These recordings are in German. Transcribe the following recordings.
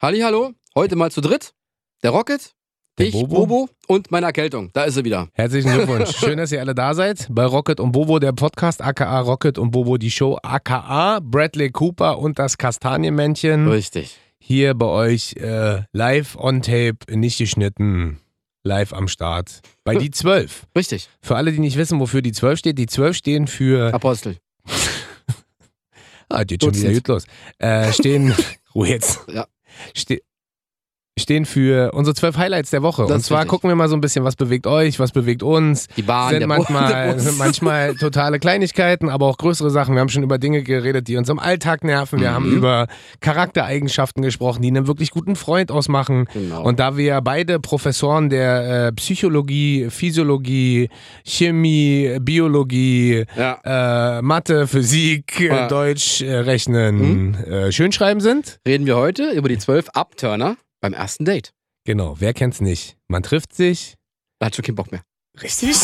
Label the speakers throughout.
Speaker 1: Halli, hallo. Heute mal zu dritt. Der Rocket,
Speaker 2: Der
Speaker 1: ich,
Speaker 2: Bobo.
Speaker 1: Bobo. und meine Erkältung. Da ist sie wieder.
Speaker 2: Herzlichen Glückwunsch. Schön, dass ihr alle da seid. Bei Rocket und Bobo, der Podcast, aka Rocket und Bobo, die Show, aka Bradley Cooper und das Kastanienmännchen.
Speaker 1: Richtig.
Speaker 2: Hier bei euch äh, live on tape, nicht geschnitten, live am Start. Bei die 12.
Speaker 1: Richtig.
Speaker 2: Für alle, die nicht wissen, wofür die 12 steht, die 12 stehen für.
Speaker 1: Apostel.
Speaker 2: Ah, geht schon wieder
Speaker 1: Dutzend.
Speaker 2: gut los. Äh, stehen. Ruhe jetzt.
Speaker 1: Ja.
Speaker 2: Ste stehen für unsere 12 Highlights der Woche.
Speaker 1: Das
Speaker 2: und
Speaker 1: ist
Speaker 2: zwar
Speaker 1: richtig.
Speaker 2: gucken wir mal so ein bisschen, was bewegt euch, was bewegt uns.
Speaker 1: Die Bahn,
Speaker 2: sind
Speaker 1: der
Speaker 2: manchmal,
Speaker 1: Bus.
Speaker 2: sind manchmal totale Kleinigkeiten, aber auch größere Sachen. Wir haben schon über Dinge geredet, die uns im Alltag nerven. Wir
Speaker 1: Mhm.
Speaker 2: haben über Charaktereigenschaften gesprochen, die einen wirklich guten Freund ausmachen.
Speaker 1: Genau.
Speaker 2: Und da wir beide Professoren der äh, Psychologie, Physiologie, Chemie, Biologie,
Speaker 1: ja,
Speaker 2: äh, Mathe, Physik,
Speaker 1: Ja. Mhm.
Speaker 2: äh, Deutsch, äh, Rechnen, äh, Schönschreiben sind.
Speaker 1: reden wir heute über die zwölf Upturner beim ersten Date.
Speaker 2: Genau, wer kennt's nicht? Man trifft sich.
Speaker 1: Da hat schon keinen Bock mehr.
Speaker 2: Richtig?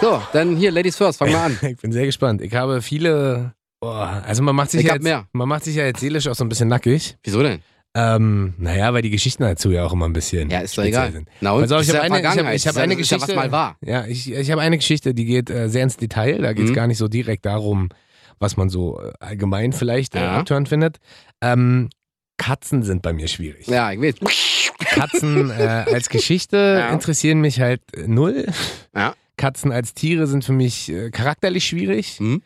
Speaker 1: So, dann hier, Ladies first, fangen wir an.
Speaker 2: Ich bin sehr gespannt. Ich habe viele. Boah, also man macht sich
Speaker 1: Ich
Speaker 2: ja
Speaker 1: hab
Speaker 2: jetzt,
Speaker 1: mehr.
Speaker 2: man macht sich ja jetzt seelisch auch so ein bisschen nackig.
Speaker 1: Wieso denn?
Speaker 2: Ähm, naja, weil die Geschichten dazu ja auch immer ein bisschen.
Speaker 1: Ja, ist doch
Speaker 2: speziell
Speaker 1: egal.
Speaker 2: Sind.
Speaker 1: Na und?
Speaker 2: Pass auf,
Speaker 1: Das
Speaker 2: ich
Speaker 1: ist ja
Speaker 2: hab eine- ich hab-
Speaker 1: Vergangenheit.
Speaker 2: ich hab
Speaker 1: Das ist ja-
Speaker 2: eine
Speaker 1: das ist ja, was
Speaker 2: Geschichte.
Speaker 1: mal war.
Speaker 2: Ja, ich, ich habe eine Geschichte, die geht äh, sehr ins Detail. Da geht es
Speaker 1: Mhm.
Speaker 2: gar nicht so direkt darum, was man so äh, allgemein vielleicht äh,
Speaker 1: Ja.
Speaker 2: abtörend findet. Ähm, Katzen sind bei mir schwierig.
Speaker 1: Ja, ich weiß.
Speaker 2: Katzen äh, als Geschichte
Speaker 1: Ja.
Speaker 2: interessieren mich halt äh, null.
Speaker 1: Ja.
Speaker 2: Katzen als Tiere sind für mich äh, charakterlich schwierig.
Speaker 1: Mhm.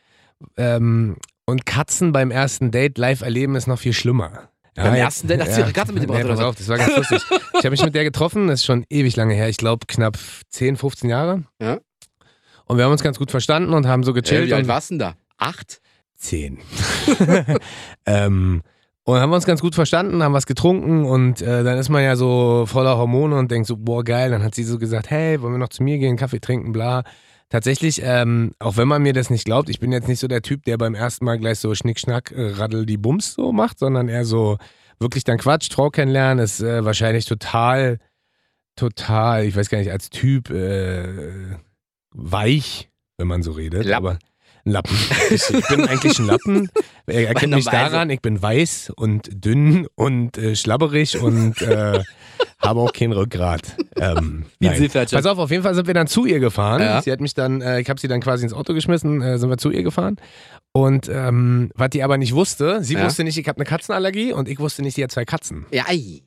Speaker 2: Ähm, und Katzen beim ersten Date live erleben ist noch viel schlimmer.
Speaker 1: Beim ersten Date hast du ihre Katze mitgebracht,
Speaker 2: Nee, pass
Speaker 1: oder
Speaker 2: auf, das war ganz lustig. Ich habe mich mit der getroffen, das ist schon ewig lange her, ich glaube knapp 10, 15 Jahre.
Speaker 1: Ja.
Speaker 2: Und wir haben uns ganz gut verstanden und haben so
Speaker 1: Äh,
Speaker 2: gechillt.
Speaker 1: wie alt
Speaker 2: und
Speaker 1: warst du denn da? Acht?
Speaker 2: Zehn. ähm, und haben wir uns ganz gut verstanden, haben was getrunken und äh, dann ist man ja so voller Hormone und denkt so, boah, geil. Dann hat sie so gesagt, hey, wollen wir noch zu mir gehen, Kaffee trinken, bla. Tatsächlich, ähm, auch wenn man mir das nicht glaubt, ich bin jetzt nicht so der Typ, der beim ersten Mal gleich so Schnickschnack, äh, Raddel die Bums so macht, sondern eher so wirklich dann Quatsch, Frau kennenlernen, ist äh, wahrscheinlich total, total, ich weiß gar nicht, als Typ äh, weich, wenn man so redet.
Speaker 1: Lappen.
Speaker 2: Aber ein Lappen. Ich bin eigentlich ein Lappen. Er erkennt mich
Speaker 1: Normalerweise.
Speaker 2: daran, ich bin weiß und dünn und äh, schlabberig und äh, habe auch kein Rückgrat. Ähm,
Speaker 1: Wie ein
Speaker 2: nein.
Speaker 1: Seepferdchen.
Speaker 2: Pass auf, auf jeden Fall sind wir dann zu ihr gefahren.
Speaker 1: Ja.
Speaker 2: Sie hat mich dann, äh, ich habe sie dann quasi ins Auto geschmissen, äh, sind wir zu ihr gefahren. Und ähm, was die aber nicht wusste, sie
Speaker 1: Ja.
Speaker 2: wusste nicht, ich habe eine Katzenallergie und ich wusste nicht, sie hat zwei Katzen.
Speaker 1: Ja, ei.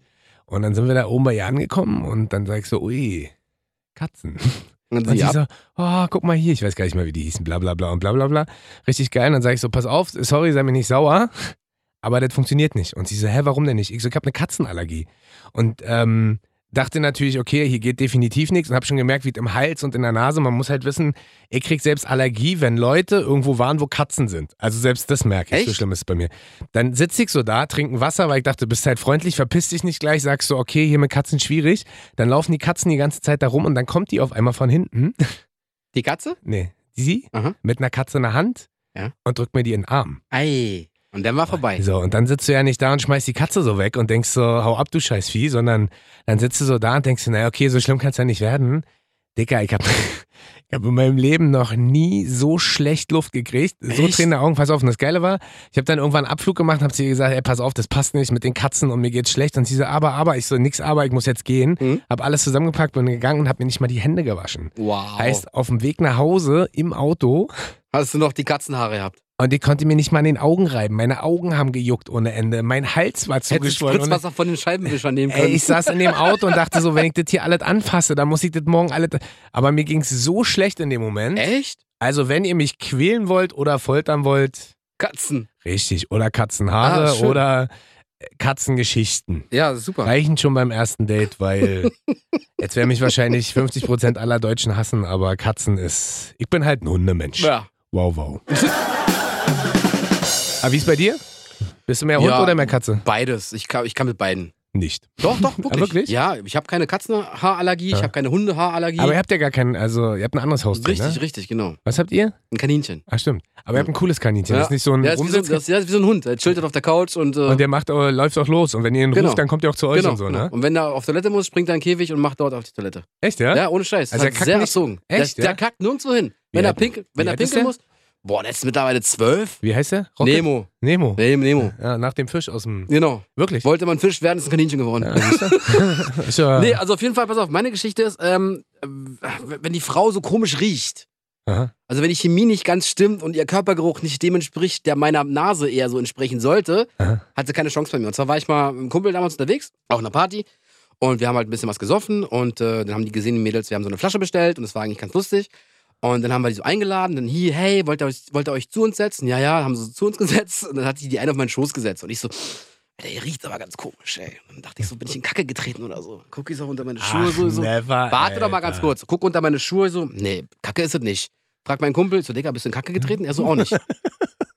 Speaker 2: Und dann sind wir da oben bei ihr angekommen und dann sag ich so, ui, Katzen.
Speaker 1: Und
Speaker 2: Und
Speaker 1: sie
Speaker 2: sie
Speaker 1: ab.
Speaker 2: so, oh, guck mal hier, ich weiß gar nicht mehr, wie die hießen, bla bla bla und bla bla bla. Richtig geil. Und dann sage ich so, pass auf, sorry, sei mir nicht sauer, aber das funktioniert nicht. Und sie so, hä, warum denn nicht? Ich so, ich habe eine Katzenallergie. Und ähm, dachte natürlich, okay, hier geht definitiv nichts und habe schon gemerkt, wie es im Hals und in der Nase, man muss halt wissen, ich krieg selbst Allergie, wenn Leute irgendwo waren, wo Katzen sind. Also selbst das merke ich, so
Speaker 1: Echt?
Speaker 2: schlimm ist es bei mir. Dann sitze ich so da, trinke ein Wasser, weil ich dachte, bist halt freundlich, verpiss dich nicht gleich, sagst so, okay, hier mit Katzen schwierig. Dann laufen die Katzen die ganze Zeit da rum und dann kommt die auf einmal von hinten
Speaker 1: Die Katze?
Speaker 2: Nee, sie
Speaker 1: Aha.
Speaker 2: mit einer Katze in der Hand
Speaker 1: Ja.
Speaker 2: und drückt mir die in den Arm.
Speaker 1: Ei. Und dann war vorbei.
Speaker 2: So, und dann sitzt du ja nicht da und schmeißt die Katze so weg und denkst so, hau ab, du scheiß Vieh, sondern dann sitzt du so da und denkst dir, naja, okay, so schlimm kann's ja nicht werden. Dicker, ich habe ich hab in meinem Leben noch nie so schlecht Luft gekriegt. So
Speaker 1: Echt?
Speaker 2: tränende Augen, pass auf. Und das Geile war, ich habe dann irgendwann einen Abflug gemacht, habe zu ihr gesagt, ey, pass auf, das passt nicht mit den Katzen und mir geht's schlecht. Und sie so, aber, aber, ich so, nix, aber, ich muss jetzt gehen.
Speaker 1: Mhm.
Speaker 2: Hab alles zusammengepackt, bin gegangen und hab mir nicht mal die Hände gewaschen.
Speaker 1: Wow.
Speaker 2: Heißt, auf dem Weg nach Hause im Auto
Speaker 1: Hast du noch die Katzenhaare gehabt?
Speaker 2: und ich konnte mir nicht mal an den Augen reiben. Meine Augen haben gejuckt ohne Ende. Mein Hals war
Speaker 1: Hättest du
Speaker 2: zugeschwollen. Und
Speaker 1: Spritzwasser von den Scheibenwischern nehmen
Speaker 2: Ey,
Speaker 1: können?
Speaker 2: ich saß in dem Auto und dachte so, wenn ich das hier alles anfasse, dann muss ich das morgen alles. Aber mir ging's so schlecht in dem Moment.
Speaker 1: Echt?
Speaker 2: Also, wenn ihr mich quälen wollt oder foltern wollt,
Speaker 1: Katzen.
Speaker 2: richtig. Oder
Speaker 1: Ah,
Speaker 2: Katzenhaare
Speaker 1: schön.
Speaker 2: oder äh, Katzengeschichten.
Speaker 1: Ja, super.
Speaker 2: Reichen schon beim ersten Date, weil jetzt werden mich wahrscheinlich 50% aller Deutschen hassen, aber Katzen ist. Ich bin halt ein Hundemensch.
Speaker 1: Ja.
Speaker 2: Wow, wow. Aber wie ist bei dir? Bist du mehr Hund
Speaker 1: Ja.
Speaker 2: oder mehr Katze?
Speaker 1: Beides. Ich kann, ich kann mit beiden.
Speaker 2: Nicht.
Speaker 1: Doch, doch, wirklich.
Speaker 2: wirklich?
Speaker 1: Ja, ich habe keine Katzenhaarallergie, ich
Speaker 2: Ja.
Speaker 1: habe keine Hundehaarallergie.
Speaker 2: Aber ihr habt ja gar keinen, also ihr habt ein anderes Haustier,
Speaker 1: richtig,
Speaker 2: ne?
Speaker 1: richtig, genau.
Speaker 2: Was habt ihr?
Speaker 1: Ein Kaninchen.
Speaker 2: Ach stimmt. Aber ihr habt ein cooles Kaninchen. Das ist nicht so ein
Speaker 1: ja,
Speaker 2: ja,
Speaker 1: ist wie so, das, ja, ist wie so ein Hund. Der chillt auf der Couch und. Äh,
Speaker 2: Und der macht, äh, läuft auch los. Und wenn ihr ihn
Speaker 1: Genau.
Speaker 2: ruft, dann kommt er auch zu euch
Speaker 1: genau,
Speaker 2: und so,
Speaker 1: genau.
Speaker 2: ne?
Speaker 1: Und wenn er auf Toilette muss, springt er in den Käfig und macht dort auf die Toilette.
Speaker 2: Echt, ja?
Speaker 1: Ja, ohne Scheiß. Das
Speaker 2: Also
Speaker 1: also
Speaker 2: er kackt
Speaker 1: sehr
Speaker 2: nicht-
Speaker 1: erzogen.
Speaker 2: Echt,
Speaker 1: der,
Speaker 2: ja?
Speaker 1: der kackt nirgendwo hin. Wenn er,
Speaker 2: alt-
Speaker 1: pink, wenn
Speaker 2: wie
Speaker 1: er
Speaker 2: alt ist
Speaker 1: pinkeln
Speaker 2: der?
Speaker 1: muss, Boah, der ist mittlerweile zwölf.
Speaker 2: Wie heißt der? Rocket?
Speaker 1: Nemo.
Speaker 2: Nemo.
Speaker 1: Nemo. Nemo.
Speaker 2: Ja, nach dem Fisch aus dem.
Speaker 1: Genau.
Speaker 2: Wirklich?
Speaker 1: Wollte man Fisch werden, ist ein Kaninchen geworden.
Speaker 2: Ja, siehst du? Ist ja-
Speaker 1: Nee, also auf jeden Fall, pass auf, meine Geschichte ist, ähm, äh, wenn die Frau so komisch riecht,
Speaker 2: Aha.
Speaker 1: also wenn die Chemie nicht ganz stimmt und ihr Körpergeruch nicht dem entspricht, der meiner Nase eher so entsprechen sollte,
Speaker 2: Aha.
Speaker 1: hat sie keine Chance bei mir. Und zwar war ich mal mit einem Kumpel damals unterwegs, auch einer Party. Und wir haben halt ein bisschen was gesoffen und äh, dann haben die gesehen, die Mädels, wir haben so eine Flasche bestellt und das war eigentlich ganz lustig. Und dann haben wir die so eingeladen, dann hier, hey, wollt ihr, euch, wollt ihr euch zu uns setzen? Ja, ja, haben sie so zu uns gesetzt und dann hat die die eine auf meinen Schoß gesetzt und ich so, Alter, ihr riecht aber ganz komisch, ey. Und dann dachte ich so, bin ich in Kacke getreten oder so. Guck ich so unter meine Schuhe
Speaker 2: Ach,
Speaker 1: so, so.
Speaker 2: never,
Speaker 1: Warte doch mal ganz
Speaker 2: Alter.
Speaker 1: kurz. Guck unter meine Schuhe so. Nee, Kacke ist es nicht. Frag meinen Kumpel, so Digga, bist du in Kacke getreten? Er so auch nicht.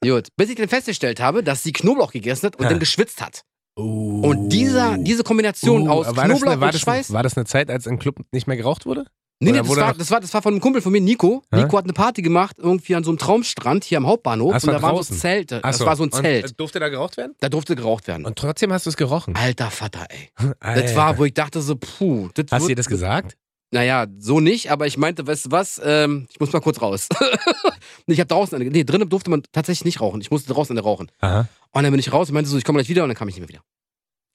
Speaker 1: Gut. Bis ich dann festgestellt habe, dass sie Knoblauch gegessen hat und
Speaker 2: Ja.
Speaker 1: dann geschwitzt hat.
Speaker 2: Ah. Oh.
Speaker 1: Und dieser, diese Kombination
Speaker 2: Oh,
Speaker 1: aus
Speaker 2: war das
Speaker 1: Knoblauch
Speaker 2: eine, war
Speaker 1: und
Speaker 2: das,
Speaker 1: Schweiß.
Speaker 2: War das eine Zeit, als im Club nicht mehr geraucht wurde?
Speaker 1: nee, nee,
Speaker 2: oder
Speaker 1: das
Speaker 2: wurde
Speaker 1: war,
Speaker 2: noch-
Speaker 1: das, war, das war von einem Kumpel von mir, Nico.
Speaker 2: Hä?
Speaker 1: Nico hat eine Party gemacht, irgendwie an so einem Traumstrand hier am Hauptbahnhof.
Speaker 2: Ah, das
Speaker 1: und
Speaker 2: war
Speaker 1: da waren so
Speaker 2: draußen.
Speaker 1: Zelte.
Speaker 2: Ach
Speaker 1: Das
Speaker 2: so.
Speaker 1: war so ein
Speaker 2: Und,
Speaker 1: Zelt.
Speaker 2: äh, durfte da geraucht werden?
Speaker 1: da durfte geraucht werden.
Speaker 2: Und trotzdem hast du es gerochen.
Speaker 1: Alter Vater, ey. Das
Speaker 2: Alter.
Speaker 1: war, wo ich dachte so, puh. Das
Speaker 2: Hast du dir
Speaker 1: wird-
Speaker 2: das gesagt?
Speaker 1: Naja, so nicht, aber ich meinte, weißt du was, ähm, ich muss mal kurz raus. nee, ich habe draußen eine, nee, drinnen durfte man tatsächlich nicht rauchen. Ich musste draußen eine rauchen.
Speaker 2: Aha.
Speaker 1: Und dann bin ich raus und meinte so, ich komme gleich wieder und dann kam ich nicht mehr wieder.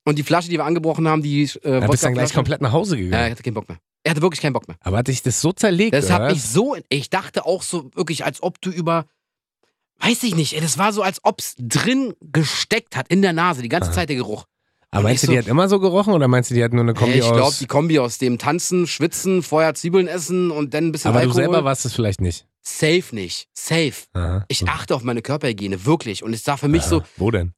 Speaker 1: Und die Flasche, die wir angebrochen haben, die äh,
Speaker 2: Du bist dann gleich
Speaker 1: Wodkaflasche-
Speaker 2: komplett nach Hause gegangen.
Speaker 1: Ja, er hatte keinen Bock mehr. Er hatte wirklich keinen Bock mehr.
Speaker 2: Aber hat dich das so zerlegt,
Speaker 1: Das
Speaker 2: oder?
Speaker 1: hat mich so, ich dachte auch so wirklich, als ob du über, weiß ich nicht, ey, das war so, als ob's drin gesteckt hat, in der Nase, die ganze
Speaker 2: Aha.
Speaker 1: Zeit der Geruch.
Speaker 2: Aber meinst du,
Speaker 1: Ich so-
Speaker 2: die hat immer so gerochen oder meinst du, die hat nur eine Kombi
Speaker 1: ich glaube,
Speaker 2: aus...
Speaker 1: die Kombi aus dem Tanzen, Schwitzen, vorher Zwiebeln essen und dann ein bisschen
Speaker 2: aber du
Speaker 1: Alkohol.
Speaker 2: selber warst es vielleicht nicht.
Speaker 1: Safe nicht. Safe.
Speaker 2: Aha.
Speaker 1: Ich achte auf meine Körperhygiene, wirklich. Und es sah für mich so, Hm.
Speaker 2: Wo denn?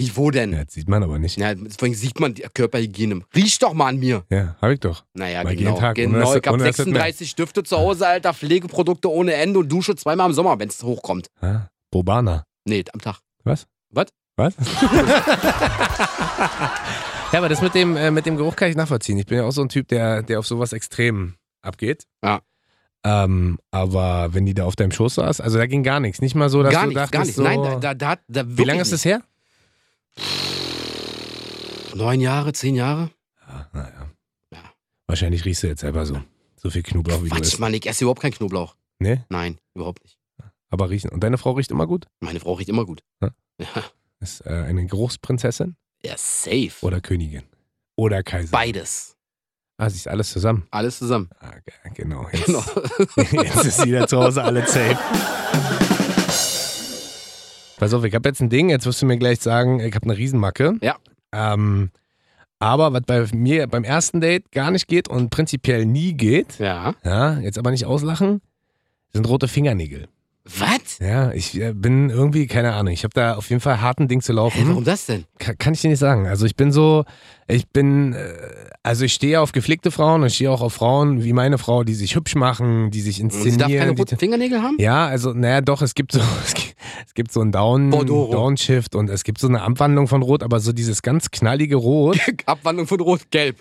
Speaker 1: wie, wo denn?
Speaker 2: Ja, das sieht man aber nicht. Ja,
Speaker 1: Na, deswegen sieht man die Körperhygiene. Riech doch mal an mir.
Speaker 2: hab ich doch.
Speaker 1: Naja,
Speaker 2: Mal
Speaker 1: genau.
Speaker 2: jeden Tag, ohne
Speaker 1: genau.
Speaker 2: dass-
Speaker 1: Ich habe
Speaker 2: ohne dass das
Speaker 1: 36 Stifte zu Hause, Alter, Pflegeprodukte ohne Ende und dusche zweimal im Sommer, wenn es hochkommt.
Speaker 2: Ja. Bobana.
Speaker 1: Nee, am Tag.
Speaker 2: Was? ja, aber das mit dem, äh, mit dem Geruch kann ich nachvollziehen. Ich bin ja auch so ein Typ, der, der auf sowas extrem abgeht.
Speaker 1: Ja.
Speaker 2: Ähm, aber wenn die da auf deinem Schoß saß, also da ging gar nichts. Nicht mal so, dass
Speaker 1: gar
Speaker 2: du
Speaker 1: nichts,
Speaker 2: dachtest
Speaker 1: gar nichts.
Speaker 2: so...
Speaker 1: Nein, da, da, da, da
Speaker 2: wie lange ist das her?
Speaker 1: das? Neun Jahre, zehn Jahre?
Speaker 2: Ah, Ja, naja.
Speaker 1: Ja.
Speaker 2: Wahrscheinlich riechst du jetzt selber so. So viel Knoblauch wie du
Speaker 1: Quatsch,
Speaker 2: isst.
Speaker 1: Mann, ich esse überhaupt keinen Knoblauch.
Speaker 2: Nee?
Speaker 1: Nein, überhaupt nicht.
Speaker 2: Aber riechen. Und deine Frau riecht immer gut?
Speaker 1: Meine Frau riecht immer gut.
Speaker 2: Ja.
Speaker 1: Ja,
Speaker 2: Ist äh, eine Geruchsprinzessin
Speaker 1: ja safe.
Speaker 2: oder Königin? Oder Kaiser?
Speaker 1: Beides.
Speaker 2: Ah, sie ist alles zusammen.
Speaker 1: Alles zusammen.
Speaker 2: Ah, ge- genau. Jetzt,
Speaker 1: Genau.
Speaker 2: jetzt ist sie da zu Hause alle safe. Pass auf, ich habe jetzt ein Ding, jetzt wirst du mir gleich sagen, ich habe eine Riesenmacke.
Speaker 1: Ja.
Speaker 2: Ähm, aber was bei mir beim ersten Date gar nicht geht und prinzipiell nie geht,
Speaker 1: Ja.
Speaker 2: ja, jetzt aber nicht auslachen, sind rote Fingernägel.
Speaker 1: Was?
Speaker 2: Ja, ich äh, bin irgendwie, keine Ahnung, ich habe da auf jeden Fall harten Ding zu laufen.
Speaker 1: Hä, warum das denn?
Speaker 2: Ka- kann ich dir nicht sagen. Also ich bin so, ich bin, äh, also ich stehe auf gepflegte Frauen und ich stehe auch auf Frauen wie meine Frau, die sich hübsch machen, die sich
Speaker 1: Und sie darf keine
Speaker 2: inszenieren. Die,
Speaker 1: roten Fingernägel haben?
Speaker 2: ja, also naja, doch, es gibt so, es gibt, es gibt so einen Down,
Speaker 1: Bordeaux-Rot.
Speaker 2: Downshift und es gibt so eine Abwandlung von Rot, aber so dieses ganz knallige Rot,
Speaker 1: Abwandlung von Rot-Gelb.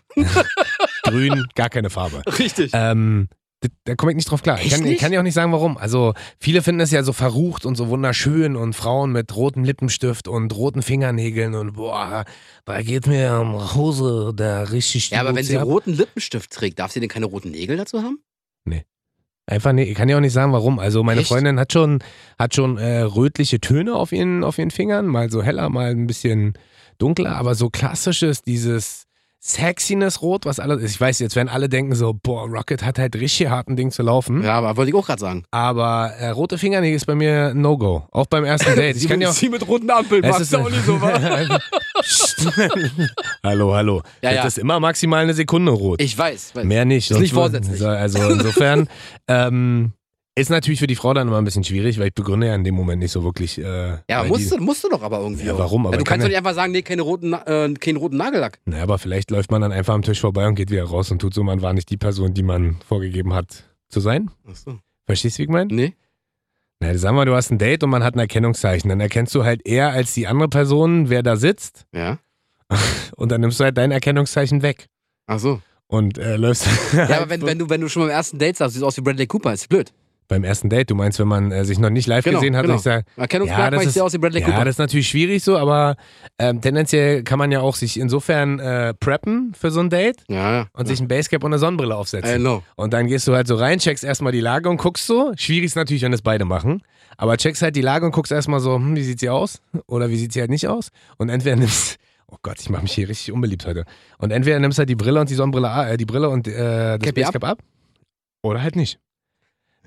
Speaker 2: Grün, gar keine Farbe.
Speaker 1: Richtig.
Speaker 2: Ähm, d- da komme ich nicht drauf klar. Ich
Speaker 1: Echt
Speaker 2: kann, ich
Speaker 1: nicht?
Speaker 2: kann ja auch nicht sagen, warum. Also, viele finden es ja so verrucht und so wunderschön und Frauen mit rotem Lippenstift und roten Fingernägeln und boah, da geht mir am Hose da richtig die
Speaker 1: Ja, aber wenn
Speaker 2: Butze
Speaker 1: sie
Speaker 2: ab.
Speaker 1: roten Lippenstift trägt, darf sie denn keine roten Nägel dazu haben?
Speaker 2: Einfach nee, ich kann ja auch nicht sagen, warum. Also, meine
Speaker 1: Echt?
Speaker 2: Freundin hat schon, hat schon äh, rötliche Töne auf ihren, auf ihren Fingern, mal so heller, mal ein bisschen dunkler, aber so klassisches, dieses. Sexiness rot, was alles ist. Ich weiß, jetzt werden alle denken so, boah, Rocket hat halt richtig harten Ding zu laufen.
Speaker 1: Ja, aber wollte ich auch gerade sagen.
Speaker 2: Aber äh, rote Fingernägel ist bei mir ein No-Go. Auch beim ersten Date. Ich kann ja auch.
Speaker 1: sie mit roten Ampeln
Speaker 2: Es ist- Psst. hallo, hallo.
Speaker 1: Ja, ja.
Speaker 2: Das ist immer maximal eine Sekunde rot.
Speaker 1: Ich weiß. weiß.
Speaker 2: Mehr nicht.
Speaker 1: Äh, Ist nicht
Speaker 2: sonst-
Speaker 1: vorsätzlich.
Speaker 2: So, Also insofern ähm, ist natürlich für die Frau dann immer ein bisschen schwierig, weil ich begründe ja in dem Moment nicht so wirklich. Äh,
Speaker 1: Ja,
Speaker 2: weil
Speaker 1: aber musst
Speaker 2: die,
Speaker 1: du, musst du doch aber irgendwie.
Speaker 2: Ja,
Speaker 1: auch.
Speaker 2: warum? Aber
Speaker 1: ja, du
Speaker 2: kann
Speaker 1: kannst doch
Speaker 2: ja-
Speaker 1: nicht einfach sagen, nee, keine roten, Na- äh, keinen roten Nagellack.
Speaker 2: Na, aber vielleicht läuft man dann einfach am Tisch vorbei und geht wieder raus und tut so, man war nicht die Person, die man vorgegeben hat zu sein.
Speaker 1: Achso.
Speaker 2: Verstehst du, wie ich meine?
Speaker 1: Nee?
Speaker 2: Na, sagen wir, mal, du hast ein Date und man hat ein Erkennungszeichen. Dann erkennst du halt eher als die andere Person, wer da sitzt.
Speaker 1: Ja.
Speaker 2: Und dann nimmst du halt dein Erkennungszeichen weg
Speaker 1: Achso.
Speaker 2: und äh, läufst.
Speaker 1: Ja, aber wenn, wenn, du, wenn du schon beim ersten Date sagst, siehst aus wie Bradley Cooper, ist blöd.
Speaker 2: Beim ersten Date, du meinst, wenn man äh, sich noch nicht live
Speaker 1: Genau,
Speaker 2: gesehen hat,
Speaker 1: genau.
Speaker 2: und ich sage, Ja,
Speaker 1: Erkennungsmerkmal,
Speaker 2: das
Speaker 1: ich
Speaker 2: ist-
Speaker 1: sehe aus wie Bradley
Speaker 2: ja,
Speaker 1: Cooper.
Speaker 2: das ist natürlich schwierig so, aber ähm, tendenziell kann man ja auch sich insofern äh, preppen für so ein Date
Speaker 1: Ja, ja.
Speaker 2: und sich ein Basecap und eine Sonnenbrille aufsetzen.
Speaker 1: I know.
Speaker 2: Und dann gehst du halt so rein, checkst erstmal die Lage und guckst so. Schwierig ist natürlich, wenn das beide machen. Aber checkst halt die Lage und guckst erstmal so, hm, wie sieht sie aus? Oder wie sieht sie halt nicht aus? Und entweder nimmst, oh Gott, ich mache mich hier richtig unbeliebt heute. Und entweder nimmst halt die Brille und die Sonnenbrille, a- äh, die Brille und äh, das
Speaker 1: Cappy ab.
Speaker 2: Basecap ab. Oder halt nicht.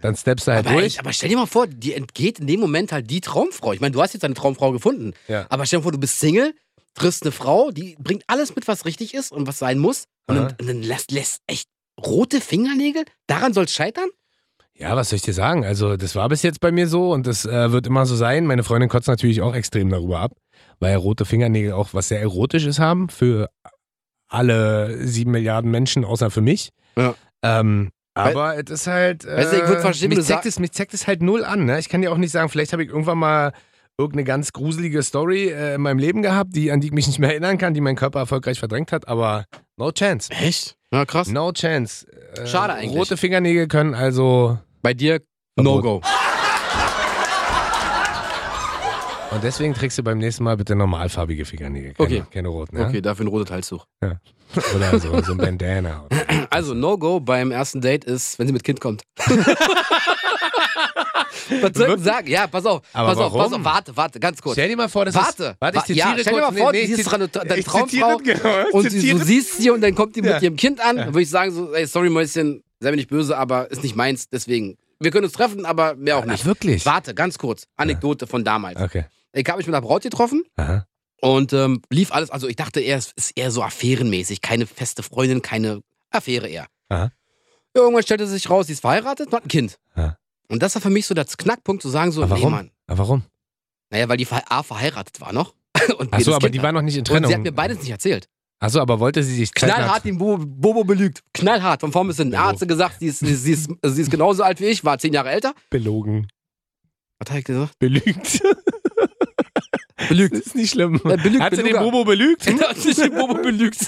Speaker 2: Dann steppst du halt
Speaker 1: Aber,
Speaker 2: durch.
Speaker 1: ey, aber stell dir mal vor, dir entgeht in dem Moment halt die Traumfrau. Ich meine, du hast jetzt deine Traumfrau gefunden.
Speaker 2: Ja.
Speaker 1: Aber stell dir vor, du bist Single, triffst eine Frau, die bringt alles mit, was richtig ist und was sein muss. Und,
Speaker 2: Aha.
Speaker 1: dann, und dann lässt, lässt echt rote Fingernägel? Daran soll es scheitern?
Speaker 2: Ja, was soll ich dir sagen? Also, das war bis jetzt bei mir so und das äh, wird immer so sein. Meine Freundin kotzt natürlich auch extrem darüber ab, weil rote Fingernägel auch was sehr Erotisches haben für alle sieben Milliarden Menschen, außer für mich.
Speaker 1: Ja.
Speaker 2: Ähm, aber es ist halt. Äh,
Speaker 1: Weißt du, ich würd verstehen, wenn
Speaker 2: mich,
Speaker 1: du
Speaker 2: zeigt
Speaker 1: sag-
Speaker 2: es, mich zeigt es halt null an. Ne? Ich kann dir auch nicht sagen, vielleicht habe ich irgendwann mal irgendeine ganz gruselige Story äh, in meinem Leben gehabt, die, an die ich mich nicht mehr erinnern kann, die mein Körper erfolgreich verdrängt hat, aber no chance.
Speaker 1: Echt? Ja, krass.
Speaker 2: No chance. Äh,
Speaker 1: Schade eigentlich.
Speaker 2: Rote Fingernägel können also
Speaker 1: Bei dir
Speaker 2: Verbot.
Speaker 1: No-Go.
Speaker 2: Und deswegen trägst du beim nächsten Mal bitte normalfarbige Fingernägel. Keine,
Speaker 1: Okay.
Speaker 2: keine roten, ja?
Speaker 1: Okay, dafür ein roter Teilzug.
Speaker 2: Oder so, so ein Bandana. Oder
Speaker 1: Also, No-Go beim ersten Date ist, wenn sie mit Kind kommt. Was soll ich denn sagen? Ja, pass auf,
Speaker 2: Aber
Speaker 1: pass auf, pass
Speaker 2: warum?
Speaker 1: auf, warte, warte, ganz kurz.
Speaker 2: Stell dir mal vor, das
Speaker 1: Warte,
Speaker 2: ist... Warte, ich
Speaker 1: wa- ja,
Speaker 2: zitiere
Speaker 1: stell dir
Speaker 2: kurz.
Speaker 1: mal vor,
Speaker 2: ich
Speaker 1: du siehst
Speaker 2: ziti-
Speaker 1: dran, deine
Speaker 2: ich zitiere-
Speaker 1: Traumfrau
Speaker 2: Genau, ich
Speaker 1: Und sie,
Speaker 2: zitiere-
Speaker 1: du siehst sie und dann kommt die mit
Speaker 2: Ja.
Speaker 1: ihrem Kind an,
Speaker 2: Ja.
Speaker 1: würde ich sagen, so, ey, sorry Mäuschen, sei mir nicht böse, aber ist nicht meins, deswegen. Wir können uns treffen, aber mehr auch
Speaker 2: Ach,
Speaker 1: nicht.
Speaker 2: wirklich?
Speaker 1: Warte, ganz kurz, Anekdote von damals.
Speaker 2: Okay.
Speaker 1: Ich habe mich mit einer Braut getroffen
Speaker 2: Aha.
Speaker 1: und ähm, lief alles, also ich dachte eher, es ist eher so affärenmäßig, keine feste Freundin, keine Affäre eher.
Speaker 2: Aha.
Speaker 1: Ja, Irgendwann stellte sich raus, sie ist verheiratet und hat ein Kind.
Speaker 2: Ja.
Speaker 1: Und das war für mich so der Knackpunkt, zu sagen so,
Speaker 2: Aber
Speaker 1: nee
Speaker 2: warum?
Speaker 1: Mann.
Speaker 2: Aber Ah, warum?
Speaker 1: Naja, weil die ver- A verheiratet war noch und B,
Speaker 2: Achso,
Speaker 1: das
Speaker 2: aber
Speaker 1: Kind
Speaker 2: die
Speaker 1: hat.
Speaker 2: war noch nicht in
Speaker 1: und
Speaker 2: Trennung.
Speaker 1: sie hat mir beides nicht erzählt.
Speaker 2: Achso, aber wollte sie sich zeitnah-
Speaker 1: Knallhart den Bobo, Bobo belügt. Knallhart. Von vorn bis hinten.
Speaker 2: Bobo.
Speaker 1: Arzt hat gesagt, sie ist, sie, ist, sie, ist, sie ist genauso alt wie ich, war zehn Jahre älter.
Speaker 2: Belogen.
Speaker 1: Was hat ich gesagt?
Speaker 2: Belügt.
Speaker 1: Belügt.
Speaker 2: Das ist nicht schlimm.
Speaker 1: Äh, belügt,
Speaker 2: hat sie den
Speaker 1: Beluga.
Speaker 2: Bobo belügt?
Speaker 1: Er hat sich den Bobo belügt.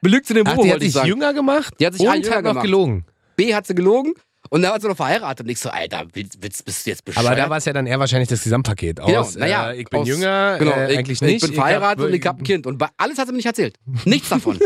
Speaker 1: belügt zu dem
Speaker 2: Ach,
Speaker 1: Bobo,
Speaker 2: die hat
Speaker 1: wollte ich
Speaker 2: sich
Speaker 1: sagen.
Speaker 2: jünger gemacht?
Speaker 1: Die hat sich
Speaker 2: und
Speaker 1: ein Jahr
Speaker 2: hat noch
Speaker 1: gemacht.
Speaker 2: gelogen.
Speaker 1: B hat sie gelogen und dann hat sie noch verheiratet. Und ich so, Alter, willst, willst, bist du jetzt bescheuert?
Speaker 2: Aber da war es ja dann eher wahrscheinlich das Gesamtpaket. Aus,
Speaker 1: Genau, naja,
Speaker 2: äh, ich bin
Speaker 1: aus-
Speaker 2: jünger,
Speaker 1: genau,
Speaker 2: äh,
Speaker 1: ich,
Speaker 2: eigentlich nicht. äh,
Speaker 1: Ich bin verheiratet
Speaker 2: hab-
Speaker 1: und ich habe ein Kind. Und bei, alles hat sie mir nicht erzählt. Nichts davon.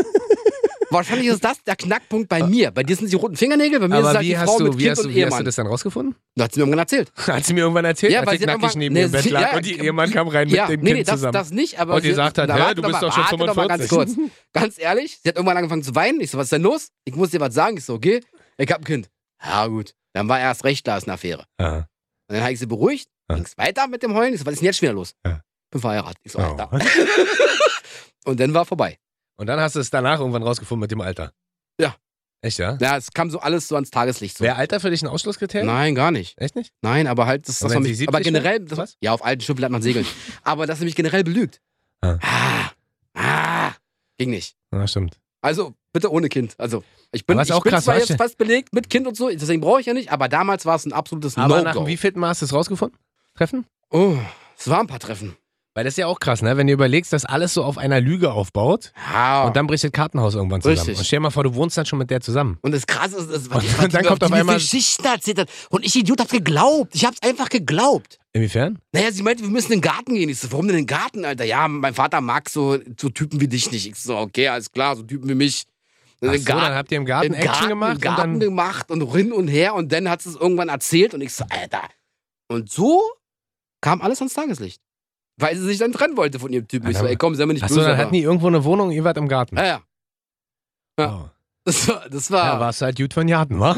Speaker 1: Wahrscheinlich ist das der Knackpunkt bei mir. Bei dir sind es die roten Fingernägel, bei mir ist es
Speaker 2: Aber
Speaker 1: halt die
Speaker 2: wie
Speaker 1: Frau
Speaker 2: hast,
Speaker 1: mit
Speaker 2: du, wie,
Speaker 1: Kind
Speaker 2: hast du,
Speaker 1: und
Speaker 2: wie hast du
Speaker 1: Ehemann.
Speaker 2: das dann rausgefunden?
Speaker 1: Da hat sie mir irgendwann erzählt.
Speaker 2: Hat sie mir irgendwann erzählt,
Speaker 1: Ja,
Speaker 2: als
Speaker 1: weil
Speaker 2: ich
Speaker 1: sie hat
Speaker 2: nackig
Speaker 1: irgendwann-
Speaker 2: neben
Speaker 1: Nee,
Speaker 2: ihr im Bett
Speaker 1: sie-
Speaker 2: lag
Speaker 1: ja,
Speaker 2: und die, ihr Mann kam rein
Speaker 1: Ja,
Speaker 2: mit dem
Speaker 1: nee,
Speaker 2: Kind
Speaker 1: nee, das,
Speaker 2: zusammen.
Speaker 1: das nicht, aber.
Speaker 2: Und die sagt halt,
Speaker 1: na,
Speaker 2: hä,
Speaker 1: warte
Speaker 2: du
Speaker 1: doch
Speaker 2: bist
Speaker 1: mal,
Speaker 2: doch schon
Speaker 1: warte doch mal ganz
Speaker 2: 45.
Speaker 1: kurz. Ganz ehrlich, sie hat irgendwann angefangen zu weinen. Ich so, was ist denn los? Ich muss dir was sagen. Ich so, okay, ich hab ein Kind. Ja, gut. Dann war erst recht, da ist eine Affäre.
Speaker 2: Aha.
Speaker 1: Und dann habe ich sie beruhigt,
Speaker 2: Ja.
Speaker 1: ging's weiter mit dem Heulen. Ich so, was ist denn jetzt schon wieder los?
Speaker 2: Ja.
Speaker 1: Bin verheiratet. Ich so, Alter.
Speaker 2: Oh.
Speaker 1: Und dann war vorbei.
Speaker 2: Und dann hast du es danach irgendwann rausgefunden mit dem Alter.
Speaker 1: Ja.
Speaker 2: Echt, ja?
Speaker 1: Ja, es kam so alles so ans Tageslicht. So.
Speaker 2: Wäre Alter für dich ein Ausschlusskriterium?
Speaker 1: Nein, gar nicht.
Speaker 2: Echt nicht?
Speaker 1: Nein, aber halt, das
Speaker 2: Und
Speaker 1: das war
Speaker 2: wenn sie
Speaker 1: mich.
Speaker 2: 70
Speaker 1: Aber generell,
Speaker 2: wird?
Speaker 1: das,
Speaker 2: Was?
Speaker 1: ja, auf alten Schiffen bleibt man segeln. aber dass sie mich generell belügt.
Speaker 2: Ja.
Speaker 1: Ah, ah, ging nicht.
Speaker 2: Ja, stimmt.
Speaker 1: Also bitte ohne Kind. Also ich bin,
Speaker 2: Aber ist
Speaker 1: ich
Speaker 2: auch
Speaker 1: bin
Speaker 2: krass,
Speaker 1: zwar
Speaker 2: weißt
Speaker 1: jetzt
Speaker 2: du?
Speaker 1: fast belegt mit Kind und so, deswegen brauche ich ja nicht, aber damals war es ein absolutes
Speaker 2: Aber nach dem
Speaker 1: No-Go.
Speaker 2: wievielten Mal hast du es rausgefunden? Treffen?
Speaker 1: Oh, es waren ein paar Treffen.
Speaker 2: Weil das ist ja auch krass, ne? Wenn du überlegst, dass alles so auf einer Lüge aufbaut
Speaker 1: Ja.
Speaker 2: und dann bricht das Kartenhaus irgendwann zusammen.
Speaker 1: Ah. Richtig.
Speaker 2: Und stell dir mal vor, du wohnst dann schon mit der zusammen.
Speaker 1: Und das Krasse ist, ist was,
Speaker 2: Und
Speaker 1: die- was
Speaker 2: dann
Speaker 1: die-
Speaker 2: kommt
Speaker 1: die
Speaker 2: auf
Speaker 1: mir
Speaker 2: einmal-
Speaker 1: für Geschichten erzählt hat. Und ich Idiot hab's geglaubt. Ich hab's einfach geglaubt.
Speaker 2: Inwiefern?
Speaker 1: Naja, sie meinte, wir müssen in den Garten gehen. Ich so, warum denn in den Garten, Alter? Ja, mein Vater mag so, so Typen wie dich nicht. Ich so, okay, alles klar, so Typen wie mich.
Speaker 2: Ach
Speaker 1: In den
Speaker 2: so,
Speaker 1: Garten-
Speaker 2: dann habt ihr im Garten
Speaker 1: im
Speaker 2: Action
Speaker 1: Garten,
Speaker 2: gemacht
Speaker 1: im Garten
Speaker 2: und dann
Speaker 1: gemacht und hin und her und dann hat sie es irgendwann erzählt und ich so, Alter. Und so kam alles ans Tageslicht. Weil sie sich dann trennen wollte von ihrem Typen. Ich so,
Speaker 2: Alter,
Speaker 1: ey, komm, sei mir nicht
Speaker 2: Achso,
Speaker 1: böse.
Speaker 2: dann
Speaker 1: aber-
Speaker 2: hatten die irgendwo eine Wohnung, ihr wart im Garten.
Speaker 1: ja, Ah. ja, ja.
Speaker 2: Wow.
Speaker 1: das war, das
Speaker 2: Ja,
Speaker 1: war
Speaker 2: warst du halt gut von Garten, wa?